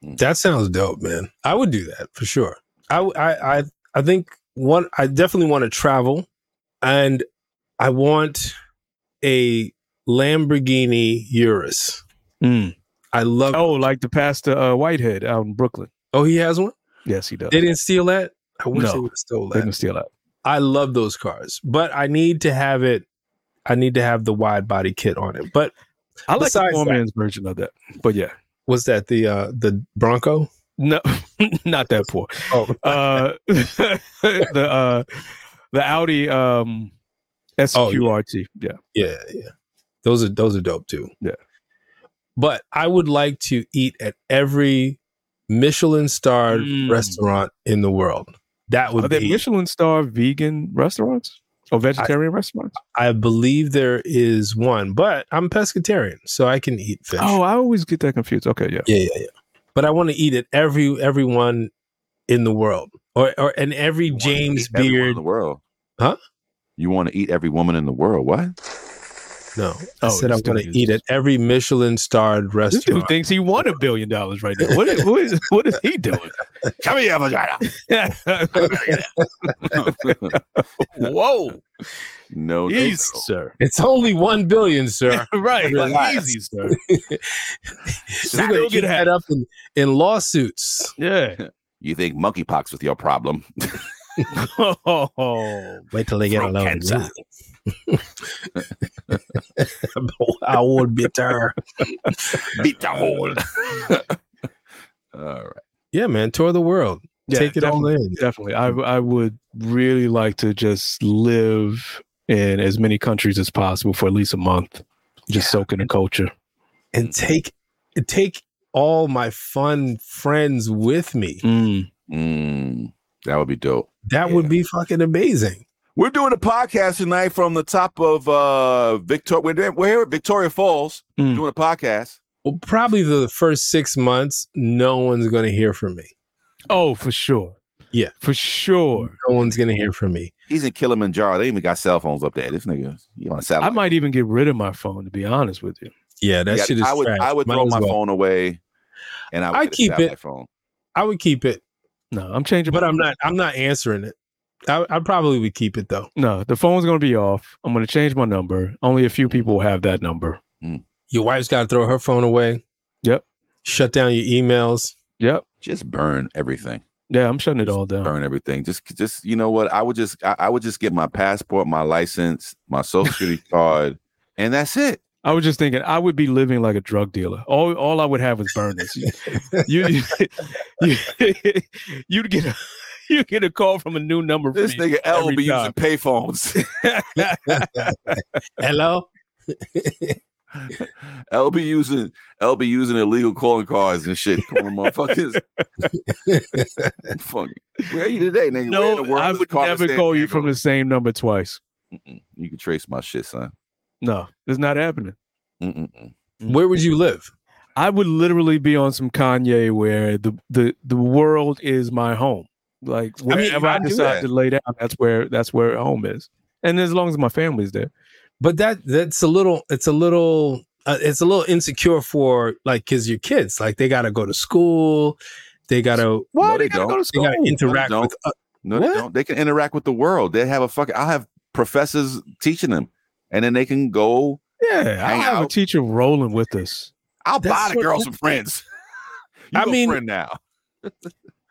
That sounds dope, man. I would do that for sure. I I I, I think one I definitely want to travel and I want a Lamborghini Urus. Hmm. I love oh. Oh, like the pastor uh, Whitehead out in Brooklyn. he has one? Yes, he does. They didn't steal that? I wish No. they would have stole They didn't that. steal that. I love those cars, but I need to have it I need to have the wide body kit on it. But I like the Besides poor that- man's version of that. But yeah, was that the uh the Bronco? no, not that poor. Oh, Uh, the uh, the Audi um, Oh, SQRT. yeah. Yeah, yeah. Those are those are dope too. Yeah. But I would like to eat at every Michelin starred Mm. restaurant in the world. That would Are there be Michelin star vegan restaurants or vegetarian restaurants? I believe there is one, but I'm pescatarian, so I can eat fish. Oh, I always get that confused. Okay, yeah. Yeah, yeah, yeah. But I want to eat at every everyone in the world. Or or and every You wanna James eat every woman in Beard. the world. Huh? You want to eat every woman in the world? What? No. I Oh, said I this want to dude eat is- at every Michelin starred This dude restaurant. thinks he won a billion dollars right now. What is, what is, what is he doing? Come here, vagina. Whoa. no, no, Easy, no. sir. It's only one billion, sir. Right. Relax. Easy, sir. You're Still gonna get get half. that up in, in lawsuits. Yeah. You think monkeypox was your problem? Oh. Wait till they get a load of me. I would be bitter. Beat the hole. All right. Yeah, man, tour the world, Yeah, take it definitely. all in. Definitely. I, I would really like to just live in as many countries as possible for at least a month, just soak in the culture. and take take all my fun friends with me. Mm, that would be dope. That would be fucking amazing. We're doing a podcast tonight from the top of uh Victoria. We're, there- we're here at Victoria Falls Mm. doing a podcast. Well, probably the first six months, no one's gonna hear from me. Oh, for sure. Yeah. For sure. No one's gonna hear from me. He's in Kilimanjaro. They even got cell phones up there. This nigga, you on a I satellite? might even get rid of my phone, to be honest with you. Yeah, that Yeah, shit is. I would. trash. I would Might throw as my well. phone away, and I would I get a keep it. satellite Phone. I would keep it, No, I'm changing. but uh, my- I'm not. I'm not answering it. I, I probably would keep it though. No, the phone's going to be off. I'm going to change my number. Only a few people have that number. Your wife's got to throw her phone away. Yep. shut down your emails. Yep. Just burn everything. Yeah, I'm shutting it all down. burn everything. Just, just you know what? I would just, I, I would just get my passport, my license, my social security card, and that's it. I was just thinking I would be living like a drug dealer. All all I would have is burners. you, you, would get a you get a call from a new number. from This me. nigga L will every be time. using payphones. Hello? L be using, L be using illegal calling cards and shit. Calling motherfuckers. Fuck. Where are you today, nigga? Where in the No, world I is would Carter never San call you Diego? from the same number twice. Mm-mm. You can trace my shit, son. No, it's not happening. Mm-mm-mm. Where would you live? I would literally be on some Kanye where the the the world is my home. Like mean, wherever I, I do decide that. to lay down, that's where that's where home is. And as long as my family's there, But that that's a little it's a little uh, it's a little insecure for like cuz your kids like they got to go to school. They got to why No, they, they gotta go don't. to they school? got to interact don't. with uh, No, they don't. They can interact with the world. They have a fucking. I have professors teaching them, and then they can go. yeah, I hang have a out. teacher rolling with us. I'll That's buy the what- girl some friends. You I a mean- friend now.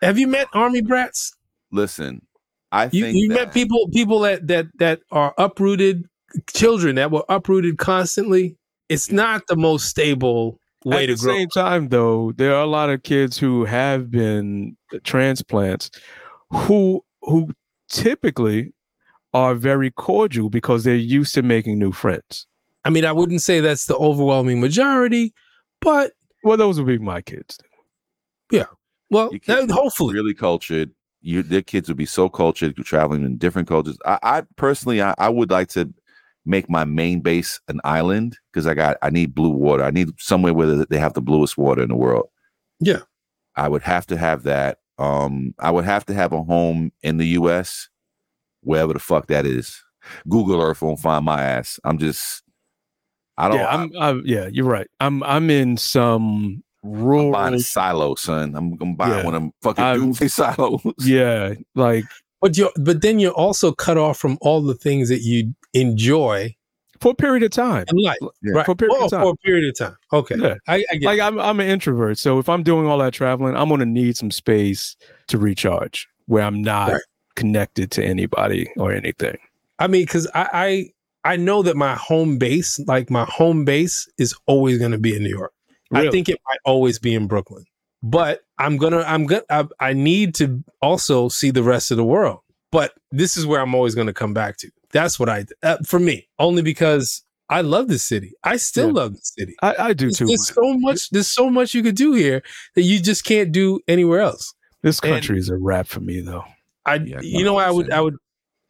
Have you met army brats? Listen, I You think you that, met people people that that that are uprooted children that were uprooted constantly. It's not the most stable way At to the grow. same time, though, there are a lot of kids who have been transplants who who typically are very cordial because they're used to making new friends. I mean, I wouldn't say that's the overwhelming majority, but Well, those would be my kids. well, You can't- that- hopefully. really cultured. You, their kids would be so cultured, traveling in different cultures. I, I personally, I, I would like to make my main base an island because I got, I need blue water. I need somewhere where they- they have the bluest water in the world. Yeah. I would have to have that. Um, I would have to have a home in the U.S. wherever the fuck that is. Google Earth won't find my ass. I'm just, I don't. yeah, I'm, I'm. Yeah, you're right. I'm. I'm in some I'm rural. buying a silo, son. I'm gonna buy Yeah. one of them fucking I'm- doomsday silos. Yeah, like But you but then you're also cut off from all the things that you enjoy for a period of time. in life. Yeah. Right. For a period of Oh, time. For a period of time. Okay. Yeah. I, I get Like I'm. I'm an introvert, so if I'm doing all that traveling, I'm gonna need some space to recharge where I'm not Right. connected to anybody or anything. I mean, because I, I I know that my home base, like my home base, is always going to be in New York. I Really? think it might always be in Brooklyn, but I'm gonna I'm gonna I, I need to also see the rest of the world. But this is where I'm always going to come back to. That's what I uh, for me only because I love this city. I still Yeah. love the city. I, I do There's, too. there's so much. There's so much you could do here that you just can't do anywhere else. This And- country is a wrap for me, though. I Yeah, you know I would I would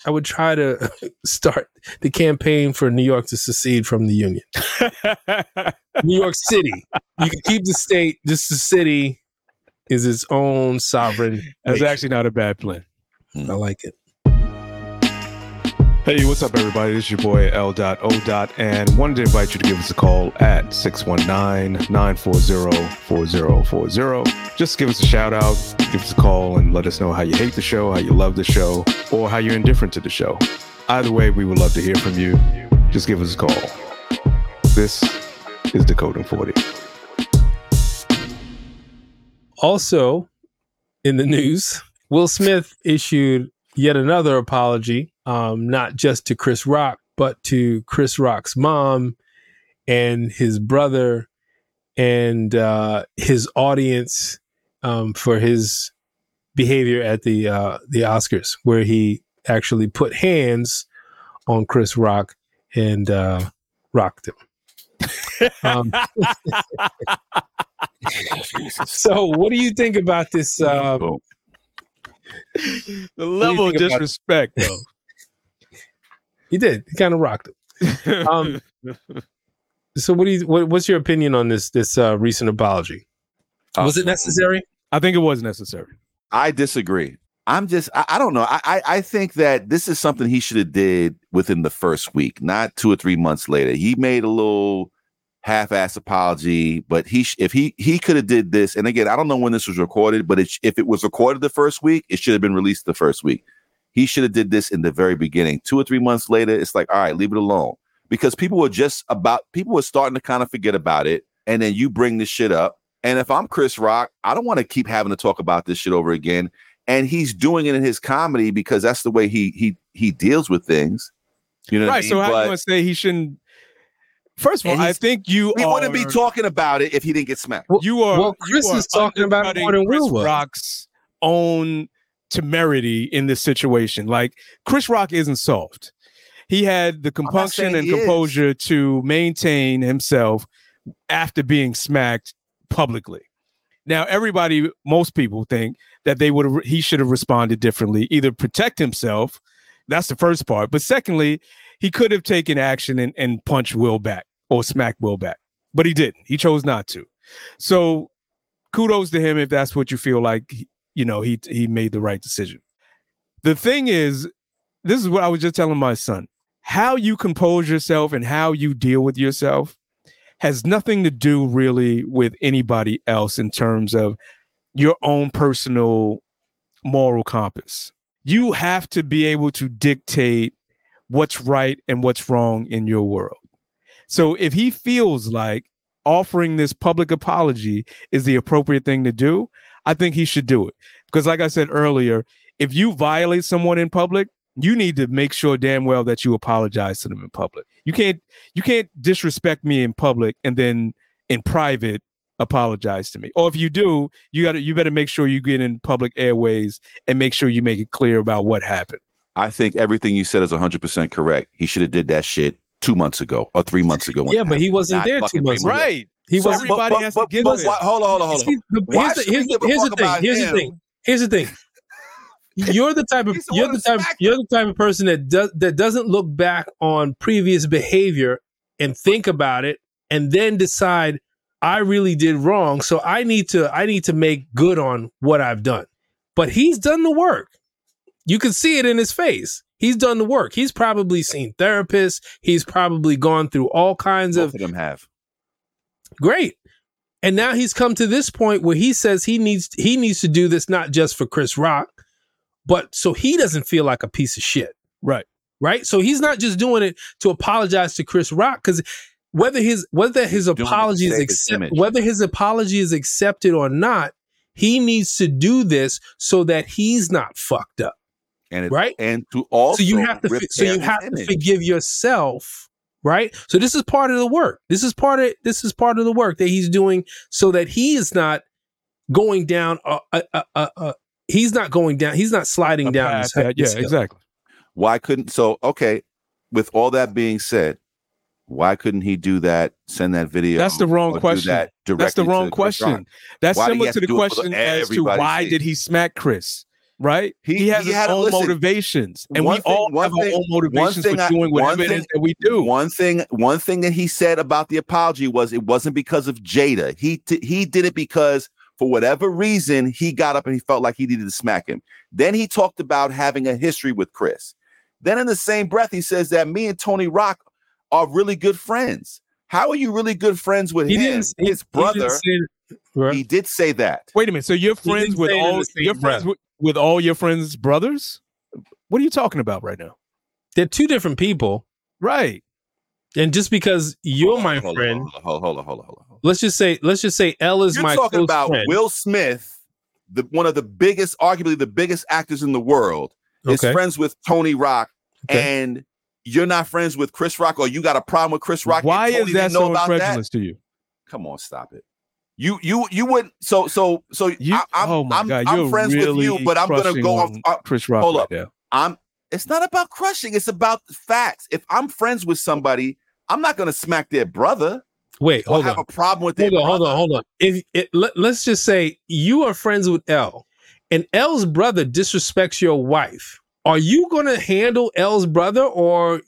I would try to start the campaign for New York to secede from the union. New York City, you can keep the state. Just the city is its own sovereign. That's nation. actually not a bad plan. I like it. Hey, what's up, everybody? This is your boy L.O. and wanted to invite you to give us a call at 619-940-4040. Just give us a shout out, give us a call, and let us know how you hate the show, how you love the show, or how you're indifferent to the show. Either way, we would love to hear from you. Just give us a call. This is Decoding 40. Also, in the news, Will Smith issued yet another apology, um, not just to Chris Rock, but to Chris Rock's mom and his brother and uh, his audience um, for his behavior at the uh, the Oscars, where he actually put hands on Chris Rock and uh, rocked him. um, so, what do you think about this? um, Uh, Boom. The level of disrespect, though. He did. He kind of rocked it. Um, so what do you what, what's your opinion on this this uh, recent apology? Uh, Was it Um, necessary? I think it was necessary. I disagree. I'm just I, I don't know. I, I I think that this is something he should have did within the first week, not two or three months later. He made a little half-ass apology, but he sh- if he he could have did this. And again, I don't know when this was recorded, but it, sh- if it was recorded the first week, it should have been released the first week. He should have did this in the very beginning. Two or three months later, it's like all right, leave it alone because people were just about people were starting to kind of forget about it, and then you bring this shit up. And if I'm Chris Rock, I don't want to keep having to talk about this shit over again. And he's doing it in his comedy because that's the way he he he deals with things. You know, what I right. So mean? how But you want to say he shouldn't? First of And all, I he's- think you we are. wouldn't be talking about it if he didn't get smacked. You are. Well, Chris you are is talking about undercutting it more than Chris Will was. Rock's own temerity in this situation. Like Chris Rock isn't soft. He had the saying compunction and he is. composure to maintain himself after being smacked publicly. Now, everybody, most people think that they would have he should have responded differently, either protect himself. That's the first part. But secondly, he could have taken action and, and punched Will back or smacked Will back, but he didn't. He chose not to. So kudos to him if that's what you feel like he- you know he he made the right decision. The thing is, this is what I was just telling my son. How you compose yourself and how you deal with yourself has nothing to do really with anybody else in terms of your own personal moral compass. You have to be able to dictate what's right and what's wrong in your world. So if he feels like offering this public apology is the appropriate thing to do, I think he should do it. Because like I said earlier, if you violate someone in public, you need to make sure damn well that you apologize to them in public. You can't you can't disrespect me in public and then in private apologize to me. Or if you do, you got to you better make sure you get in public airways and make sure you make it clear about what happened. I think everything you said is 100% correct. He should have did that shit two months ago or three months ago. when Yeah, but it he wasn't Not there fucking two months. ago. He So- wasn't. Everybody has to get but it. why- Hold on, hold on, hold on. See, the- Why Here's the should we here's the- give a here's fuck the thing. about Here's him? the thing. Here's the thing. You're the type of He's the you're one the who type smacked you're the type of person that does that doesn't look back on previous behavior and think about it and then decide I really did wrong, so I need to I need to make good on what I've done. But he's done the work. You can see it in his face. He's done the work. He's probably seen therapists. He's probably gone through all kinds of Both of them have. great and now he's come to this point where he says he needs he needs to do this not just for chris rock but so he doesn't feel like a piece of shit Right. right so he's not just doing it to apologize to chris rock because whether his whether his doing it to apology is save his accept, image. whether his apology is accepted or not he needs to do this so that he's not fucked up And it, Right? And to also so you have to rip fi- so you Aaron's have to image. forgive yourself right so this is part of the work this is part of this is part of the work that he's doing so that he is not going down a, a, a, a, a he's not going down he's not sliding A down path this, that- yeah, this hill. exactly. Why couldn't so okay? With all that being said, why couldn't he do that? Send that video. That's the wrong or do question. that That's the directly to wrong Chris question. Rock? That's Why do you similar have to to the do it for question as to everybody to why see? did he smack Chris, right? He, He- has he his had a- own listen, motivations, and we one thing- all one have thing- our own motivations thing for I- one doing whatever it thing- is that we do. One thing, one thing that he said about the apology was it wasn't because of Jada. He t- he did it because for whatever reason he got up and he felt like he needed to smack him. Then he talked about having a history with Chris. Then in the same breath he says that me and Tony Rock are really good friends. How are you really good friends with he him? didn't he- His he didn't brother. say that, right? He did say that. Wait a minute. So you're didn't friends with say it in all the same you're friends breath. with, with all your friends' brothers? What are you talking about right now? they're two different people Right. and just because Hold you're on, my Oh, hold on, friend Hold on, hold on, hold on, hold on. Hold on. let's just say let's just say l is You're my talking close about friend Will Smith, the one of the biggest, arguably the biggest actors in the world, is Okay. friends with Tony Rock, Okay. and you're not friends with Chris Rock, or you got a problem with Chris Rock. and Why Tony is that didn't know so about that? incredulous to you? Come on, stop it. You you you wouldn't. So so so You I, I'm, oh my I'm, god, I'm you're friends really with you, but I'm gonna crushing go off. on uh, Chris Rock hold right up. now. I'm. It's not about crushing. It's about facts. If I'm friends with somebody, I'm not gonna smack their brother wait or hold on have a problem with their hold on, hold brother. on, hold on. If it, let, us just say you are friends with L, and L's brother disrespects your wife, are you going to handle L's brother, or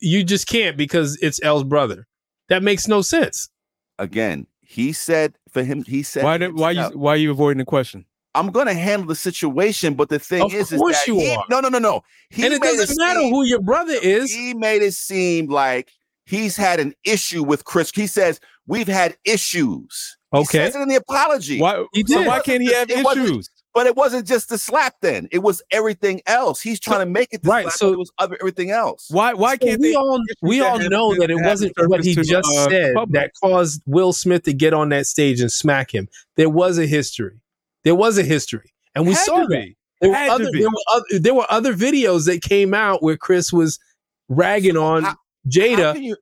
you just can't because it's L's brother? That makes no sense. Again, he said for him. He said Why for did, why you himself, why are you avoiding the question? I'm gonna handle the situation, but the thing Of is, is course that you he- are. no, no, no, no. He and it made doesn't matter seem- who your brother is. he made it seem like he's had an issue with Chris. He says we've had issues. He Okay. says it in the apology. Why He so did. why can't he have It wasn't- issues? But it wasn't just the slap then. It was everything else. He's trying to make it the Right, slap, so- but it was other- everything else. Why? Why So can't we they? all we that all has know been that it having wasn't what he service to, just uh, said public. that caused Will Smith to get on that stage and smack him. There was a history. There was a history, and we Had saw to that. be. There were, Had to other, be. there, were other, there were other videos that came out where Chris was ragging on How- How Jada. can you-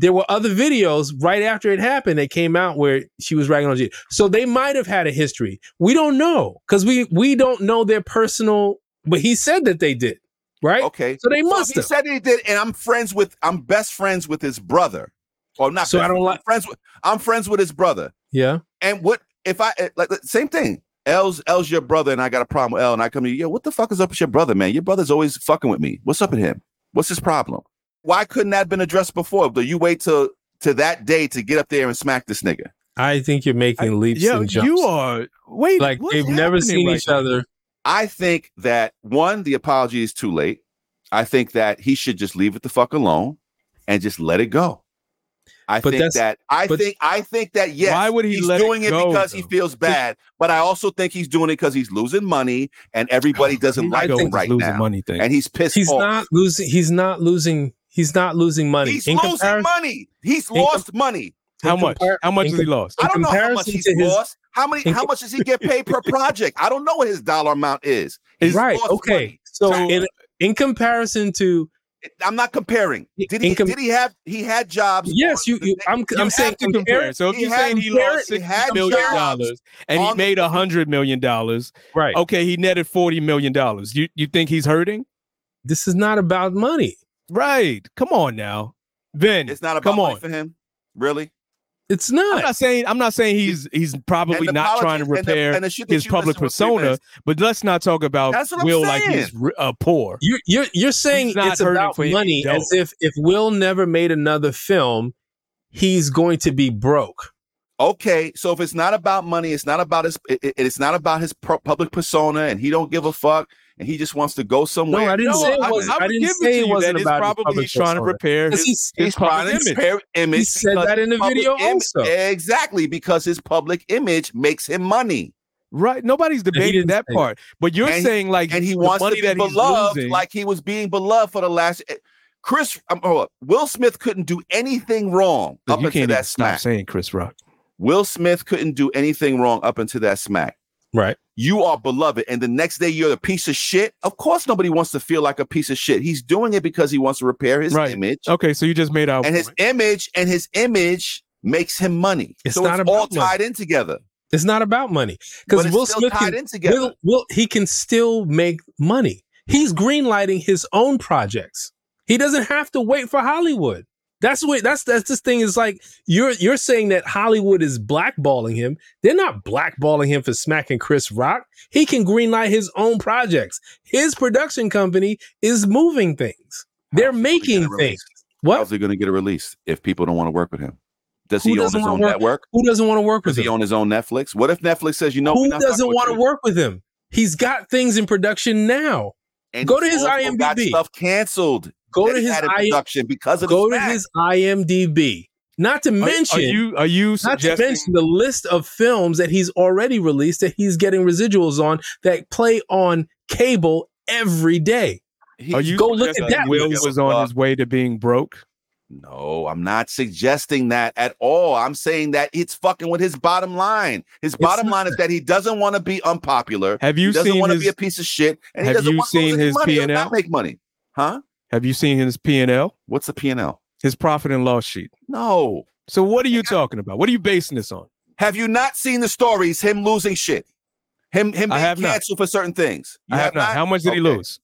there were other videos right after it happened that came out where she was ragging on Jada. So they might have had a history. We don't know because we we don't know their personal. But he said that they did, right? okay. So they So if must he have. said he did, and I'm friends with I'm best friends with his brother. Or not So best I don't like- I'm friends with I'm friends with his brother. Yeah. And what if I eh, like like, same thing? L's L's your brother, and I got a problem with L, and I come to you. Yo, what the fuck is up with your brother, man? Your brother's always fucking with me. What's up with him? What's his problem? Why couldn't that have been addressed before? Do you wait till to that day to get up there and smack this nigga? I think you're making leaps Yo, and jumps. you are. Wait, like what's they've never happening seen right each now? other. I think that one, the apology is too late. I think that he should just leave it the fuck alone and just let it go. I But think that's- that I but- think I think that yes, Why would he he's let it doing it, go, because he though? feels bad, but I also think he's doing it because he's losing money and everybody doesn't like Go him with this right losing now, money thing. and he's pissed He's off. not losing. He's not losing. He's not losing money. he's in losing comparison, money. He's in lost money. How in much? compar- How much in has he lost? I in don't know how much comparison he's to his- lost. How many? in How co- much does he get paid per project? I don't know what his dollar amount is. He's right. lost Okay. money. So So- in in comparison to I'm not comparing. Did he? In com- did he have? He had jobs. yes, on you. the you thing. I'm You I'm have saying to compare. compare. it. So if he you're saying had- he lost he six had million jobs dollars and he on the- made a hundred million dollars, Right. okay, he netted forty million dollars. You you think he's hurting? This is not about money. Right. Come on now, Ben. It's not about come money on. for him. Really? It's I'm not. not saying I'm not saying he's he's probably And not trying apologies- to and the- repair and the shit that his you public listed were persona, previous. but let's not talk about That's what I'm Will like saying. he's ri- uh, poor. You're you're, you're saying He's not it's hurting about for any money dough. as if if Will never made another film, he's going to be broke. Okay, so if it's not about money, it's not about his. It, it- it's not about his pro- public persona, and he don't give a fuck, and he just wants to go somewhere. I didn't No, say it I- wasn't- I- I would didn't give say to you it wasn't that it's about his probably public he's trying to persona. repair 'Cause his, he's- his He's trying to public image. repair image. He said because that in the public video im- also. exactly because his public image makes him money, Right. Nobody's debating didn't that say part. But you're And he- saying like and he the wants to money be that he's beloved losing- like he was being beloved for the last. eh, Chris, um, hold up. Will Smith couldn't do anything wrong Look, up you until can't even that stop smack. saying Chris Rock. Will Smith couldn't do anything wrong up until that smack. Right. You are beloved, and the next day you're a piece of shit. Of course, nobody wants to feel like a piece of shit. He's doing it because he wants to repair his Right. image, Oh, Okay, so you just made out and his image and his image makes him money. It's so not it's all about money. tied in together. It's not about money But because it's Will still Smith tied can, in together. Will, Will he can still make money. He's greenlighting his own projects. He doesn't have to wait for Hollywood. That's what that's that's this thing is like you're you're saying that Hollywood is blackballing him. They're not blackballing him for smacking Chris Rock. He can greenlight his own projects. His production company is moving things. They're making things. How's What? he going to get a release if people don't want to work with him? Does Who he own his doesn't wanna own work- network? Who doesn't want to work Does with he him? own his own Netflix? What if Netflix says, you know, we're Who not fucking doesn't with want you? to work with him? He's got things in production now. And Go to his also got IMDb. Stuff canceled. Go They to his had a I, production because of go the to smack. his IMDb. Not to Are- mention, Are, you are you not to suggesting mention the list of films that he's already released that he's getting residuals on that play on cable every day. He- are you go look at suggesting that Will list. was on his way to being broke? No, I'm not suggesting that at all. I'm saying that it's fucking with his bottom line. His bottom not. line is that he doesn't want to be unpopular. Have He you doesn't seen want to his be a piece of shit. And he Have doesn't you want to lose seen any his money or P&L? Not make money, huh? have you seen his P and L? What's the P and L? His profit and loss sheet. No. So what are you talking about? What are you basing this on? Have you not seen the stories? Him losing shit. Him him I being have not. canceled for certain things. You I have not. How much did he Okay. lose?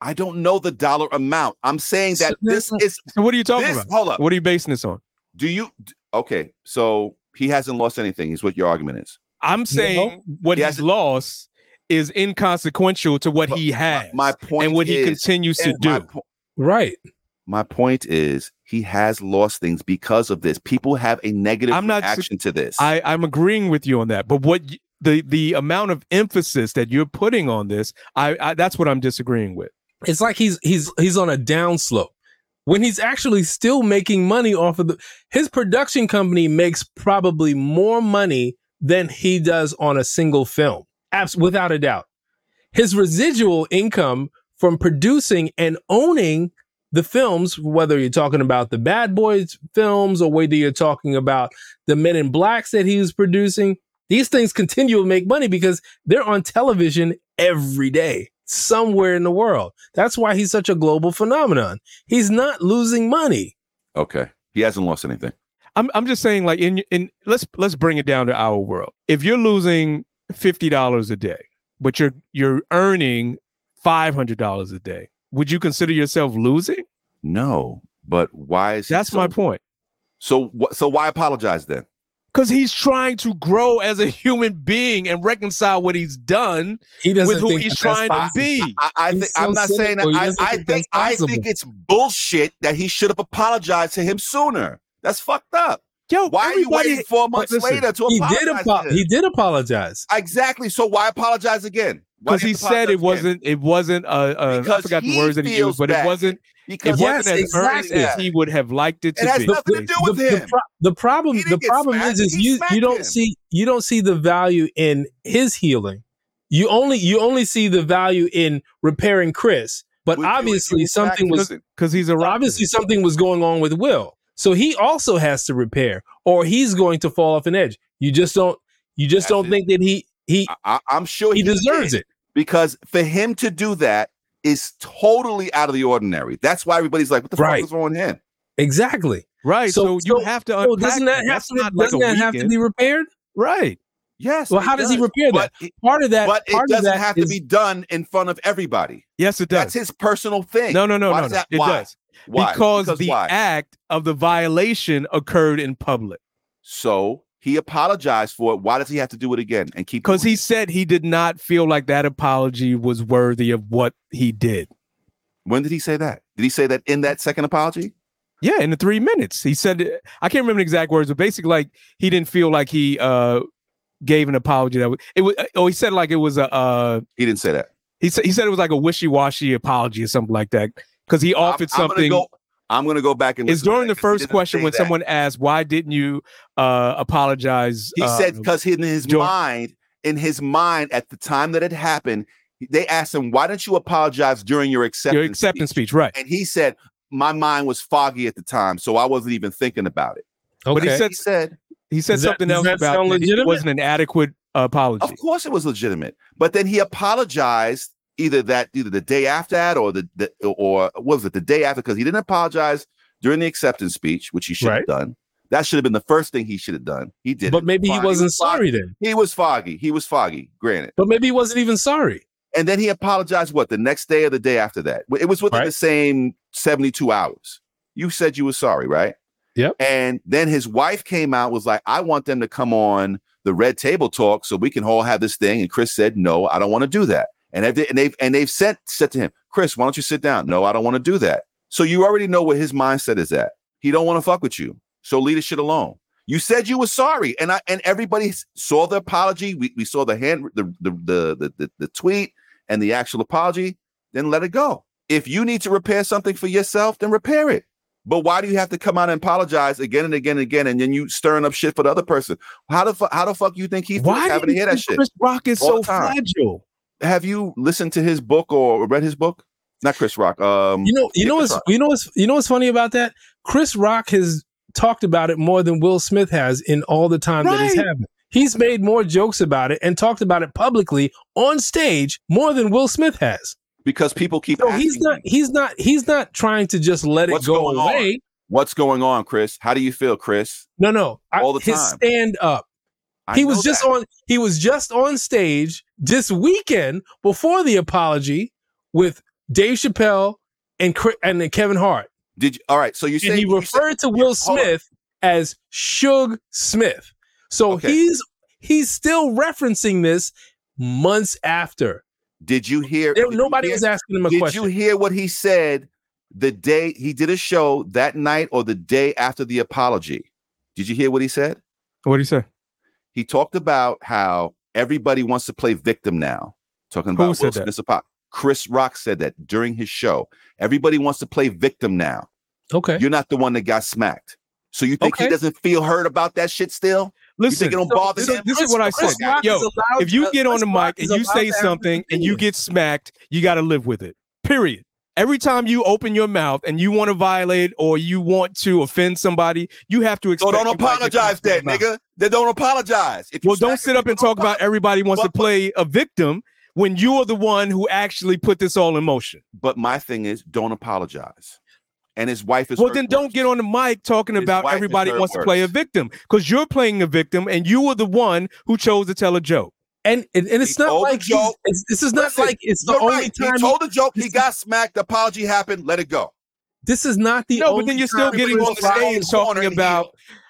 I don't know the dollar amount. I'm saying So that this that's- is So what are you talking this. about? Hold up. What are you basing this on? Do you? d- Okay, so he hasn't lost anything. Is what your argument is? I'm saying what He he's hasn't- lost is inconsequential to what But he has My point and what he is- continues to My do. po- Right. my point is, he has lost things because of this. People have a negative I'm not su- reaction to this. I, I'm agreeing with you on that. But what y- the the amount of emphasis that you're putting on this, I, I that's what I'm disagreeing with. It's like he's he's he's on a down slope. When he's actually still making money off of the his production company makes probably more money than he does on a single film. Abs- without a doubt. His residual income from producing and owning the films, whether you're talking about the Bad Boys films or whether you're talking about the Men in Blacks that he was producing, these things continue to make money because they're on television every day somewhere in the world. That's why he's such a global phenomenon. He's not losing money. Okay. He hasn't lost anything. I'm I'm just saying like in in let's let's bring it down to our world. If you're losing fifty dollars a day, but you're you're earning five hundred dollars a day, would you consider yourself losing? No. But why is he That's my so- point. So wh- so why apologize then? Because he's trying to grow as a human being and reconcile what he's done He doesn't with who think he's that that's trying to possible. be. I, I He's think so I'm not saying that. cynical. He I, doesn't I think think that's I possible. think it's bullshit that he should have apologized to him sooner. That's fucked up. Yo, Why are you everybody- waiting four months listen, later to He apologize? did to apo- him? he did apologize. exactly. So why apologize again? Why Because do you he have to apologize said it again? wasn't. It wasn't. Uh, uh, I Because forgot the he words that he feels used, but bad. it wasn't. It Because wasn't as Yes, earnest exactly. as he would have liked it to It has be. nothing to do the, with the him. pro- the problem He didn't the get problem is smacked. is He you you smacked don't him. see you don't see the value in his healing. You only you only see the value in repairing Chris. But Would you- obviously would you something smack was because he's a Well, rock. obviously something was going on with Will. So he also has to repair or he's going to fall off an edge. You just don't you just That's don't it. think that he he I, I'm sure he deserves did. it. because for him to do that is totally out of the ordinary. That's why everybody's like, "What the Right. fuck is wrong with him?" Exactly. Right. So, So- so- you have to So unpack. doesn't that have That's to, not doesn't like a that have to weekend. be repaired? right? Yes. Well, it how does, he repair But that? it, Part of that but it part of doesn't that have to is- be done in front of everybody. Yes, it That's does. his personal thing. No, no, no, Why no, does no. that- It why? does Why? because the why? act of the violation occurred in public. So he apologized for it. Why does he have to do it again and keep? Because doing he said he did not feel like that apology was worthy of what he did. it? When did he say that? Did he say that in that second apology? Yeah, in the three minutes. He said I can't remember the exact words, but basically like he didn't feel like he uh gave an apology that was it was oh he said like it was a uh He didn't say that. he said he said it was like a wishy-washy apology or something like that. Because he offered I'm- I'm gonna something. go- I'm going to go back and. It's listen to during that the 'cause he first didn't question say when that. someone asked, "Why didn't you uh, apologize?" He uh, said because in his Joy- mind, in his mind, at the time that it happened, they asked him, "Why didn't you apologize during your acceptance?" your acceptance speech?" speech, right? And he said, "My mind was foggy at the time, so I wasn't even thinking about it." But he Okay. said He said, he said Does that- something does else that about sound that it legitimate? wasn't an adequate uh, apology. Of course, it was legitimate. But then he apologized either that either the day after that or the, the or what was it the day after because he didn't apologize during the acceptance speech, which he should have Right. done. That should have been the first thing he should have done. He did, but maybe he wasn't sorry then. He was foggy. He was foggy. Granted, But maybe he wasn't even sorry. and then he apologized. What the next day or the day after that? It was within Right. the same seventy-two hours. You said you were sorry, right? Yep. And then his wife came out was like, "I want them to come on the Red Table Talk so we can all have this thing." And Chris said, "No, I don't want to do that." And they and they've and they've said said to him, "Chris, why don't you sit down?" No, I don't want to do that. So you already know where his mindset is at. He don't want to fuck with you. So leave the shit alone. You said you were sorry, and I and everybody s- saw the apology. We, we saw the hand the the, the the the the tweet and the actual apology. Then let it go. If you need to repair something for yourself, then repair it. But why do you have to come out and apologize again and again and again, and then you stirring up shit for the other person? How the fu- how the fuck you think he feels Why having to do you hear that think shit? Chris Rock is all so the time? fragile? Have you listened to his book or read his book? Not Chris Rock. Um, You know, you know what's you know what's you know what's funny about that? Chris Rock has talked about it more than Will Smith has in all the time that it's Right. happened. He's made more jokes about it and talked about it publicly on stage more than Will Smith has. because people keep So asking he's not you, he's not he's not trying to just let it What's go going on? away. what's going on, Chris? How do you feel, Chris? No, no. I- All the his time. stand up. I He know was just that. on he was just on stage this weekend before the apology with Dave Chappelle and Chri- and then Kevin Hart. Did you, all right. So you and said he you said- referred to Will hold on. Smith as Suge Smith. So Okay. he's he's still referencing this months after. Did you hear? There- did you nobody hear- was asking him a Did question. you hear what he said the day he did a show that night or the day after the apology? Did you hear what he said? What do you say? He talked about how everybody wants to play victim now. Talking about said Will that? Smith's apo- Chris Rock said that during his show. Everybody wants to play victim now. okay. You're not the one that got smacked. So you think Okay. he doesn't feel hurt about that shit still? Listen, think it don't bother so him? this is what I said. Rock Yo, is allowed- if you uh, get on Chris the Rock mic is and you allowed to say have something and you opinion. get smacked, you got to live with it. Period. Every time you open your mouth and you want to violate or you want to offend somebody, you have to So expect. don't somebody to apologize, come that to your mouth. nigga. They don't apologize. If you Well, don't smack sit up and people, talk about everybody wants to But- but- play a victim when you are the one who actually put this all in motion. But my thing is, don't apologize. And his wife is. Well, hurt then don't worse. get on the mic talking His about wife is everybody hurt wants to play a worse. victim because you're playing a victim and you were the one who chose to tell a joke. and and, and it's He not told the like he's- joke. it's, this is not Listen, like it's the You're only right. time. he told a joke. He got smacked. The apology happened. Let it go. this is not the No, only but then you're still time getting Chris on the Rock- stage Rock's corner talking and he- about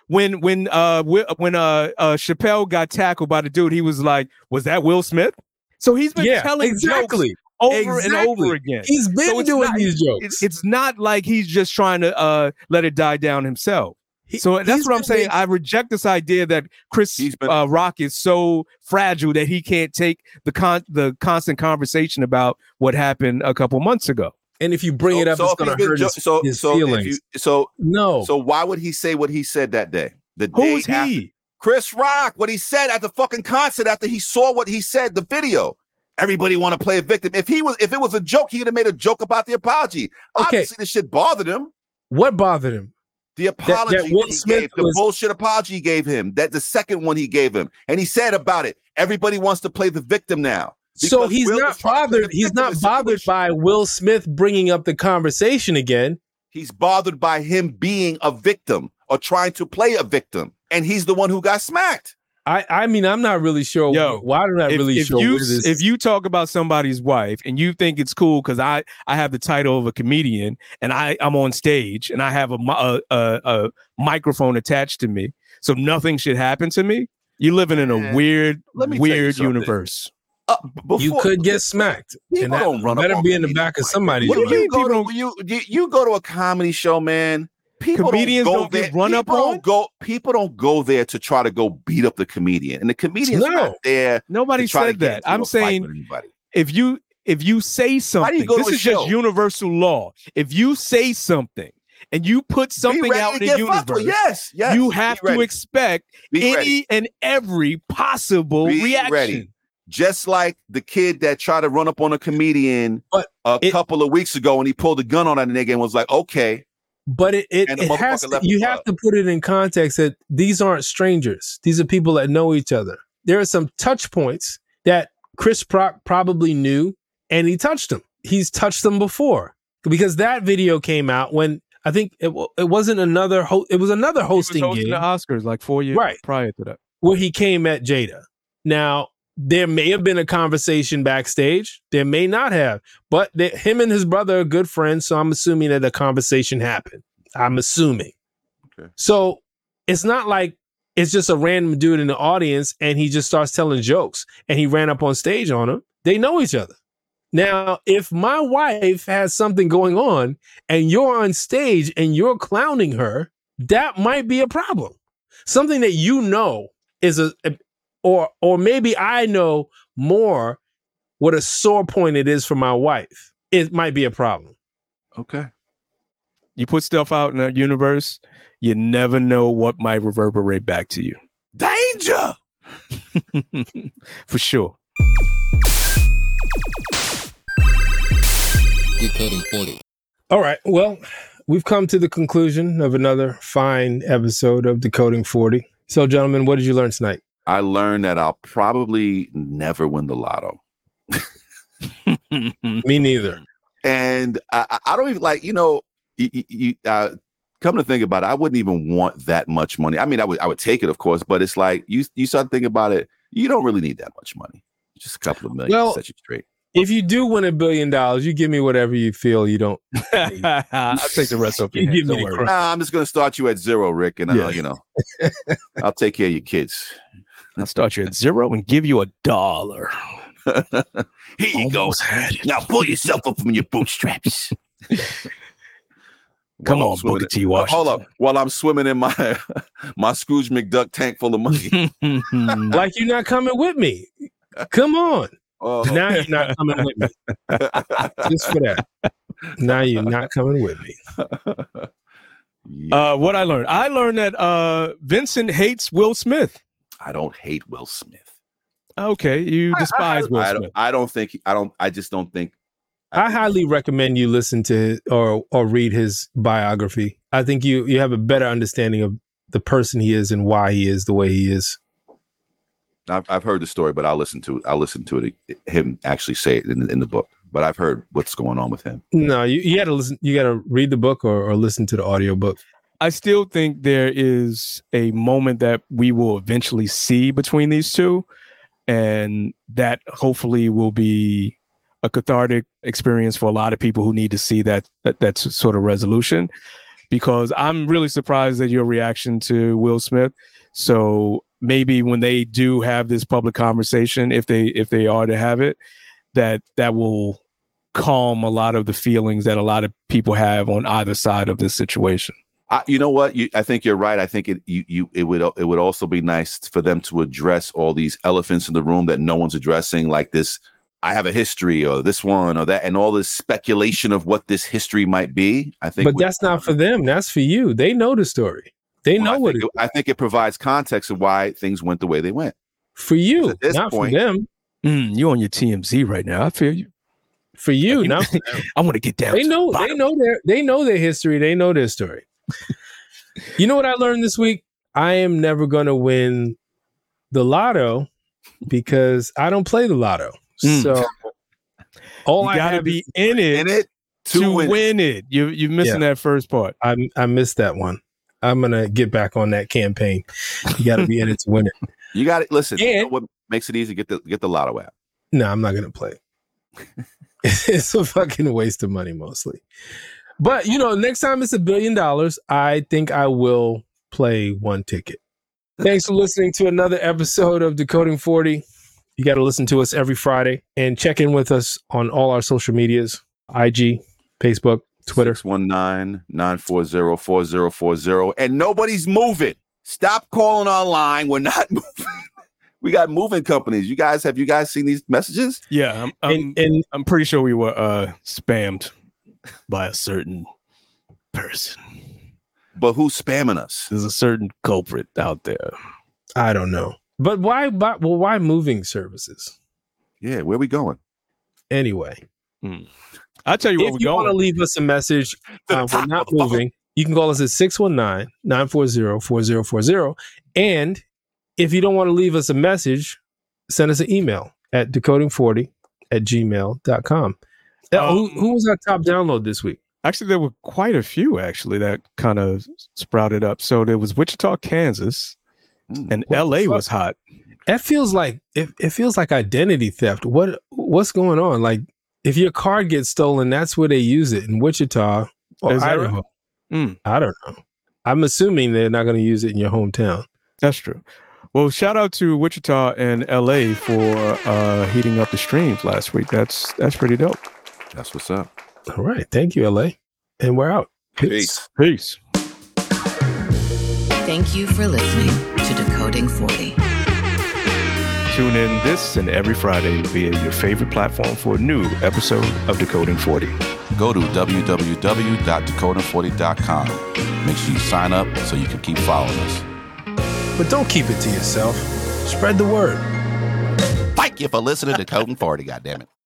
when when uh Wi- when uh uh Chappelle got tackled by the dude. He was like, "Was that Will Smith?" So he's been Yeah, telling jokes exactly. over and exactly. over again. He's been So it's doing not- these It- jokes. it's not like he's just trying to uh let it die down himself. He- So that's he's what I'm been saying. doing- I reject this idea that Chris He's been- uh, Rock is so fragile that he can't take the con- the constant conversation about what happened a couple months ago. and if you bring it up, So it's if he's going to been hurt jo- his, so- his so if feelings. you- so no, so why would he say what he said that day? The day Who's after- he? Chris Rock, what he said at the fucking concert after he saw what he said, the video. Everybody want to play a victim. If he was, if it was a joke, he'd have made a joke about the apology. Okay. Obviously, this shit bothered him. what bothered him? The apology that, Will he Smith gave, the was- bullshit apology he gave him, that the second one he gave him, and he said about it. Everybody wants to play the victim now. So Because he's Will was trying not to play the bothered. He's victim in not the bothered situation. by Will Smith bringing up the conversation again. He's bothered by him being a victim or trying to play a victim, and he's the one who got smacked. I, I mean, I'm not really sure. Yo, why I'm not if, really if sure. you where this- if you talk about somebody's wife and you think it's cool because I I have the title of a comedian and I I'm on stage and I have a mi- a, a, a microphone attached to me, so nothing should happen to me. You're living in a Man, weird let me tell you weird something. universe. Uh, b- before, you could get smacked, People and that don't run up better on be in the comedians back of like somebody's. What do you mind. mean People go to don't- you, you you go to a comedy show, man? People Comedians don't, go don't get there- run up people don't on? Go people don't go there to try to go beat up the comedian, and the comedian's No. not there. Nobody to try to said get that. into a I'm fight saying with anybody. if you if you say do you something, go to this a is just show? universal law. If you say something and you put Be something ready out to in the get fucked universe, with. Yes, yes. you Be have to ready. expect Be any ready. and every possible Be reaction. ready. Just like the kid that tried to run up on a comedian But a it- couple of weeks ago, and he pulled a gun on that nigga and was like, "Okay, But it, it, And the it has motherfucker to, left the you have to put it in context that these aren't strangers. These are people that know each other. There are some touch points that Chris Prock probably knew and he touched them. He's touched them before because that video came out when I think it, wa- it wasn't another ho- it was another He was hosting hosting game the Oscars like four years Right. prior to that. where he came at Jada. Now, there may have been a conversation backstage. There may not have, but that him and his brother are good friends. So I'm assuming that a conversation happened. I'm assuming. Okay. So it's not like it's just a random dude in the audience and he just starts telling jokes and he ran up on stage on him. They know each other. Now, if my wife has something going on and you're on stage and you're clowning her, that might be a problem. Something that you know is a, a- or or maybe I know more what a sore point it is for my wife. It might be a problem. Okay. You put stuff out in the universe, you never know what might reverberate back to you. danger." For sure. All right. Well, we've come to the conclusion of another fine episode of Decoding 40. So, gentlemen, what did you learn tonight? I learned that I'll probably never win the lotto. Me neither. and I, I- I don't even like you know you, you- you uh, come to think about it i wouldn't even want that much money i mean i would i would take it of course but it's like you you start thinking about it you don't really need that much money just a couple of million Well- to set you straight If you do win a billion dollars, you give me whatever you feel you don't. I'll take the rest off your You hands, give me don't the worry. crumb. nah, i'm just gonna start you at zero rick and Yeah. i'll you know i'll take care of your kids I'll start you at zero and give you a dollar. here you go Almost had it. now pull yourself up from your bootstraps While Come I'm on, swimming Booker T. in- Washington. Uh, hold up while i'm swimming in my my scrooge mcduck tank full of money Like you're not coming with me. Come on. Oh. Now you're not coming with me. Just for that. Now you're not coming with me. Yeah. Uh, what I learned, I learned that uh, Vincent hates Will Smith. I don't hate Will Smith. Okay, you despise Will I Smith. don't, I don't think. he- I don't. I just don't think. I think- highly recommend you listen to or or read his biography. I think you you have a better understanding of the person he is and why he is the way he is. I've, I've heard the story, but I'll listen to. I'll listen to it. Him actually say it in, in the book, but I've heard what's going on with him. No, you, you gotta listen you gotta read the book or, or listen to the audiobook. I still think there is a moment that we will eventually see between these two, and that hopefully will be a cathartic experience for a lot of people who need to see that that, that s- sort of resolution. Because I'm really surprised at your reaction to Will Smith. So maybe when they do have this public conversation, if they if they are to have it, that that will calm a lot of the feelings that a lot of people have on either side of this situation. I, you know what? You, I think you're right. I think it you, you it would it would also be nice for them to address all these elephants in the room that no one's addressing, like this. I have a history, or this one, or that, and all this speculation of what this history might be. I think, But would- that's not for them. That's for you. They know the story. They well, know I what think it it- I think it provides context of why things went the way they went. for you, at this not point- for them. Mm, you on your TMZ right now. I feel you. For you, not for I want to get down. they to know the they know their they know their history they know their story you know what i learned this week i am never going to win the lotto because i don't play the lotto Mm. so all bottom. i You gotta have be in it, In it to, win, it. You you're missing that first part. I, I missed that one i'm going to get back on that campaign you got to be in it to win it You got it. Listen, you know And- what makes it easy? Get the get the lotto app. no i'm not going to play it's a fucking waste of money mostly but you know next time it's a billion dollars i think i will play one ticket Thanks for listening to another episode of Decoding 40. You got to listen to us every Friday and check in with us on all our social medias IG, Facebook, Twitter. 619-940-4040. And nobody's moving. Stop calling our line. We're not moving. We got moving companies. You guys, have you guys seen these messages? Yeah, I'm I'm, And, and I'm pretty sure we were uh spammed by a certain person. But who's spamming us? There's a certain culprit out there. I don't know. But why, why, well, why moving services? Yeah, where we going? Anyway, I tell you what, we're if you want to going. leave us a message, uh, we're not moving. You can call us at 619 940 4040. And if you don't want to leave us a message, send us an email at decoding40 at gmail.com. Now, Uh, who, Um, who was our top download this week? Actually, there were quite a few actually that kind of sprouted up. So there was Wichita, Kansas, Mm. and What the L.A. fuck? was hot. That feels like it, it feels like identity theft. What what's going on? Like if your card gets stolen, that's where they use it in Wichita or Is that Idaho. Mm. I don't know. I'm assuming they're not going to use it in your hometown. That's true. Well, shout out to Wichita and LA for uh, heating up the streams last week. That's that's pretty dope. That's what's up. All right. Thank you, LA. And we're out. Peace. Peace. Thank you for listening to Decoding 40. Tune in this and every Friday via your favorite platform for a new episode of Decoding 40. Go to www.dakota40.com. Make sure you sign up so you can keep following us. But don't keep it to yourself. Spread the word. Thank you for listening to Coding 40, goddammit.